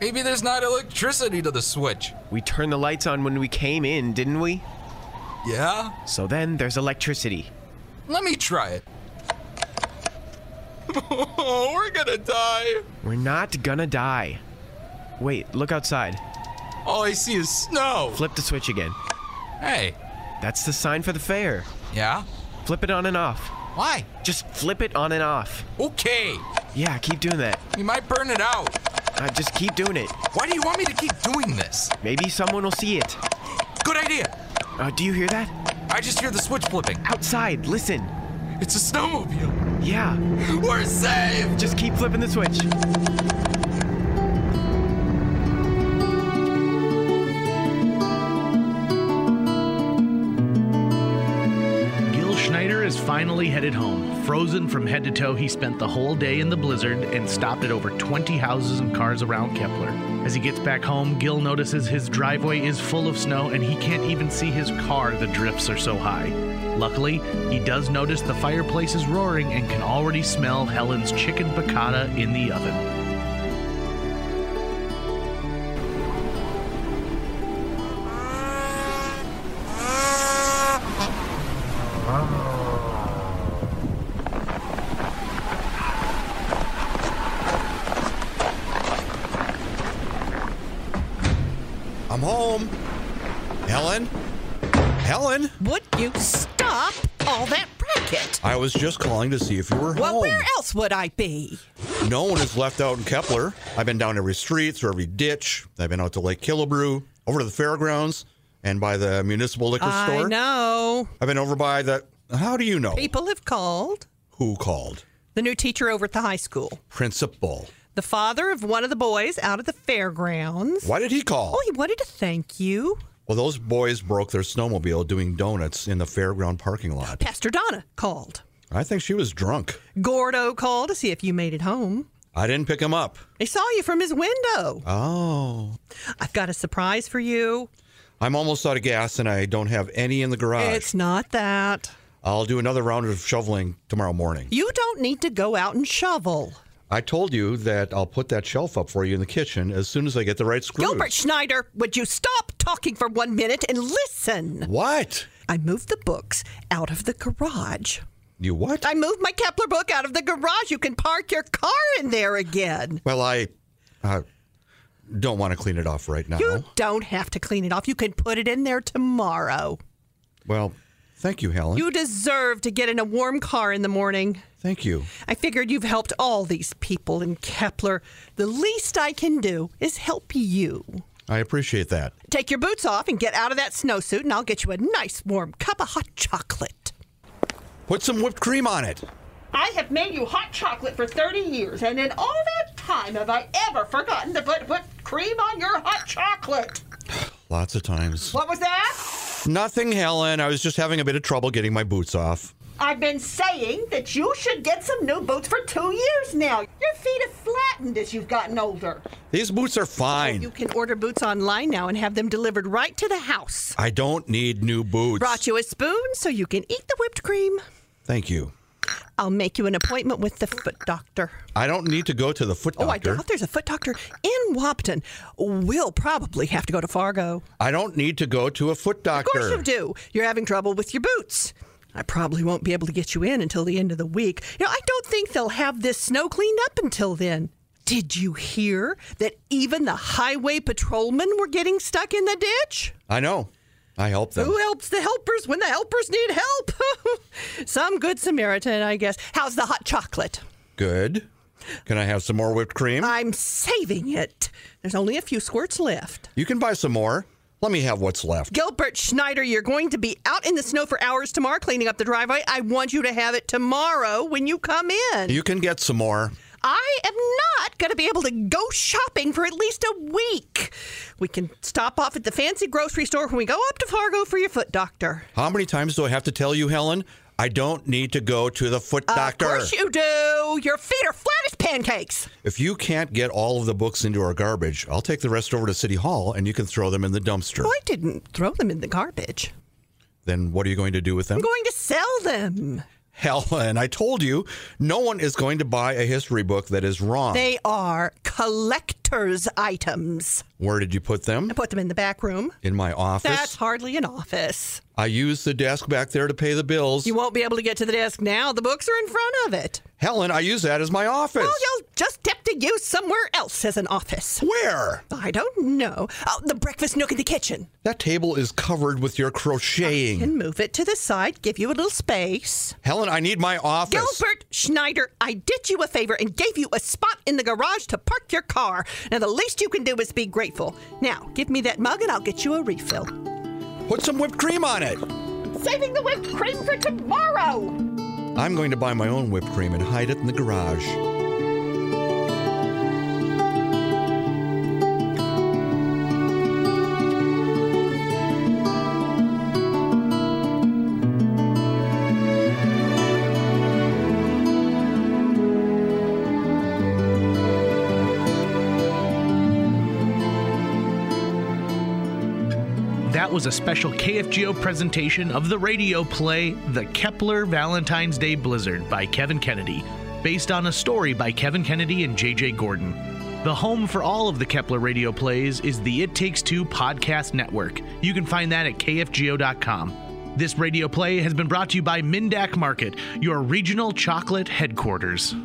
Speaker 19: Maybe there's not electricity to the switch.
Speaker 18: We turned the lights on when we came in, didn't we?
Speaker 19: Yeah?
Speaker 18: So then there's electricity.
Speaker 19: Let me try it. (laughs) Oh, we're gonna die.
Speaker 18: We're not gonna die. Wait, look outside.
Speaker 19: All I see is snow.
Speaker 18: Flip the switch again.
Speaker 19: Hey.
Speaker 18: That's the sign for the fair.
Speaker 19: Yeah?
Speaker 18: Flip it on and off.
Speaker 19: Why?
Speaker 18: Just flip it on and off.
Speaker 19: Okay.
Speaker 18: Yeah, keep doing that.
Speaker 19: You might burn it out.
Speaker 18: Uh, just keep doing it.
Speaker 19: Why do you want me to keep doing this?
Speaker 18: Maybe someone will see it.
Speaker 19: Good idea.
Speaker 18: Uh, do you hear that?
Speaker 19: I just hear the switch flipping.
Speaker 18: Outside, listen.
Speaker 19: It's a snowmobile.
Speaker 18: Yeah.
Speaker 19: We're safe.
Speaker 18: Just keep flipping the switch.
Speaker 1: Gil Schneider is finally headed home. Frozen from head to toe, he spent the whole day in the blizzard and stopped at over 20 houses and cars around Kepler. As he gets back home, Gil notices his driveway is full of snow and he can't even see his car, the drifts are so high. Luckily, he does notice the fireplace is roaring and can already smell Helen's chicken piccata in the oven.
Speaker 2: I'm home. Helen? Helen?
Speaker 3: Would you stop all that racket?
Speaker 2: I was just calling to see if you were
Speaker 3: Well,
Speaker 2: home.
Speaker 3: where else would I be?
Speaker 2: No one is left out in Kepler. I've been down every street, through every ditch. I've been out to Lake Killebrew, over to the fairgrounds, and by the municipal liquor
Speaker 3: I
Speaker 2: store. Oh.
Speaker 3: know.
Speaker 2: I've been over by the. How do you know?
Speaker 3: People have called.
Speaker 2: Who called?
Speaker 3: The new teacher over at the high school.
Speaker 2: Principal.
Speaker 3: the father of one of the boys out at the fairgrounds.
Speaker 2: Why did he call?
Speaker 3: Oh, he wanted to thank you.
Speaker 2: Well, those boys broke their snowmobile doing donuts in the fairground parking lot.
Speaker 3: Pastor Donna called.
Speaker 2: I think she was drunk.
Speaker 3: Gordo called to see if you made it home.
Speaker 2: I didn't pick him up.
Speaker 3: He saw you from his window.
Speaker 2: Oh.
Speaker 3: I've got a surprise for you.
Speaker 2: I'm almost out of gas and I don't have any in the garage.
Speaker 3: It's not that.
Speaker 2: I'll do another round of shoveling tomorrow morning.
Speaker 3: You don't need to go out and shovel.
Speaker 2: I told you that I'll put that shelf up for you in the kitchen as soon as I get the right screws.
Speaker 3: Gilbert Schneider, would you stop talking for one minute and listen?
Speaker 2: What?
Speaker 3: I moved the books out of the garage.
Speaker 2: You what?
Speaker 3: I moved my Kepler book out of the garage. You can park your car in there again.
Speaker 2: Well, I uh, don't want to clean it off right now.
Speaker 3: You don't have to clean it off. You can put it in there tomorrow.
Speaker 2: Well, thank you, Helen.
Speaker 3: You deserve to get in a warm car in the morning.
Speaker 2: Thank you.
Speaker 3: I figured you've helped all these people in Kepler. The least I can do is help you.
Speaker 2: I appreciate that.
Speaker 3: Take your boots off and get out of that snowsuit, and I'll get you a nice warm cup of hot chocolate.
Speaker 2: Put some whipped cream on it.
Speaker 3: I have made you hot chocolate for 30 years, and in all that time have I ever forgotten to put, put cream on your hot chocolate.
Speaker 2: Lots of times.
Speaker 3: What was that?
Speaker 2: Nothing, Helen. I was just having a bit of trouble getting my boots off.
Speaker 3: I've been saying that you should get some new boots for two years now. Your feet have flattened as you've gotten older.
Speaker 2: These boots are fine.
Speaker 3: You can order boots online now and have them delivered right to the house.
Speaker 2: I don't need new boots.
Speaker 3: Brought you a spoon so you can eat the whipped cream.
Speaker 2: Thank you.
Speaker 3: I'll make you an appointment with the foot doctor.
Speaker 2: I don't need to go to the foot doctor.
Speaker 3: Oh, I doubt there's a foot doctor in Wapton. We'll probably have to go to Fargo.
Speaker 2: I don't need to go to a foot doctor.
Speaker 3: Of course you do. You're having trouble with your boots. I probably won't be able to get you in until the end of the week. You know, I don't think they'll have this snow cleaned up until then. Did you hear that even the highway patrolmen were getting stuck in the ditch?
Speaker 2: I know. I help them.
Speaker 3: Who helps the helpers when the helpers need help? (laughs) Some good Samaritan, I guess. How's the hot chocolate?
Speaker 2: Good. Can I have some more whipped cream?
Speaker 3: I'm saving it. There's only a few squirts left.
Speaker 2: You can buy some more. Let me have what's left.
Speaker 3: Gilbert Schneider, you're going to be out in the snow for hours tomorrow cleaning up the driveway. I want you to have it tomorrow when you come in.
Speaker 2: You can get some more.
Speaker 3: I am not going to be able to go shopping for at least a week. We can stop off at the fancy grocery store when we go up to Fargo for your foot doctor.
Speaker 2: How many times do I have to tell you, Helen? I don't need to go to the foot doctor.
Speaker 3: Of course you do. Your feet are flat as pancakes.
Speaker 2: If you can't get all of the books into our garbage, I'll take the rest over to City Hall and you can throw them in the dumpster.
Speaker 3: Oh, I didn't throw them in the garbage.
Speaker 2: Then what are you going to do with them?
Speaker 3: I'm going to sell them.
Speaker 2: Helen, I told you, no one is going to buy a history book that is wrong.
Speaker 3: They are collector's items.
Speaker 2: Where did you put them?
Speaker 3: I put them in the back room.
Speaker 2: In my office.
Speaker 3: That's hardly an office.
Speaker 2: I use the desk back there to pay the bills.
Speaker 3: You won't be able to get to the desk now. The books are in front of it.
Speaker 2: Helen, I use that as my office.
Speaker 3: Well, you'll just have to use somewhere else as an office.
Speaker 2: Where?
Speaker 3: I don't know. Oh, the breakfast nook in the kitchen.
Speaker 2: That table is covered with your crocheting.
Speaker 3: Can move it to the side, give you a little space.
Speaker 2: Helen, I need my office.
Speaker 3: Gilbert Schneider, I did you a favor and gave you a spot in the garage to park your car. Now, the least you can do is be grateful. Now, give me that mug and I'll get you a refill.
Speaker 2: Put some whipped cream on it.
Speaker 3: Saving the whipped cream for tomorrow.
Speaker 2: I'm going to buy my own whipped cream and hide it in the garage.
Speaker 1: That was a special KFGO presentation of the radio play The Kepler Valentine's Day Blizzard by Kevin Kennedy, based on a story by Kevin Kennedy and JJ Gordon. The home for all of the Kepler radio plays is the It Takes Two podcast network. You can find that at kfgo.com. This radio play has been brought to you by Mindac Market, your regional chocolate headquarters.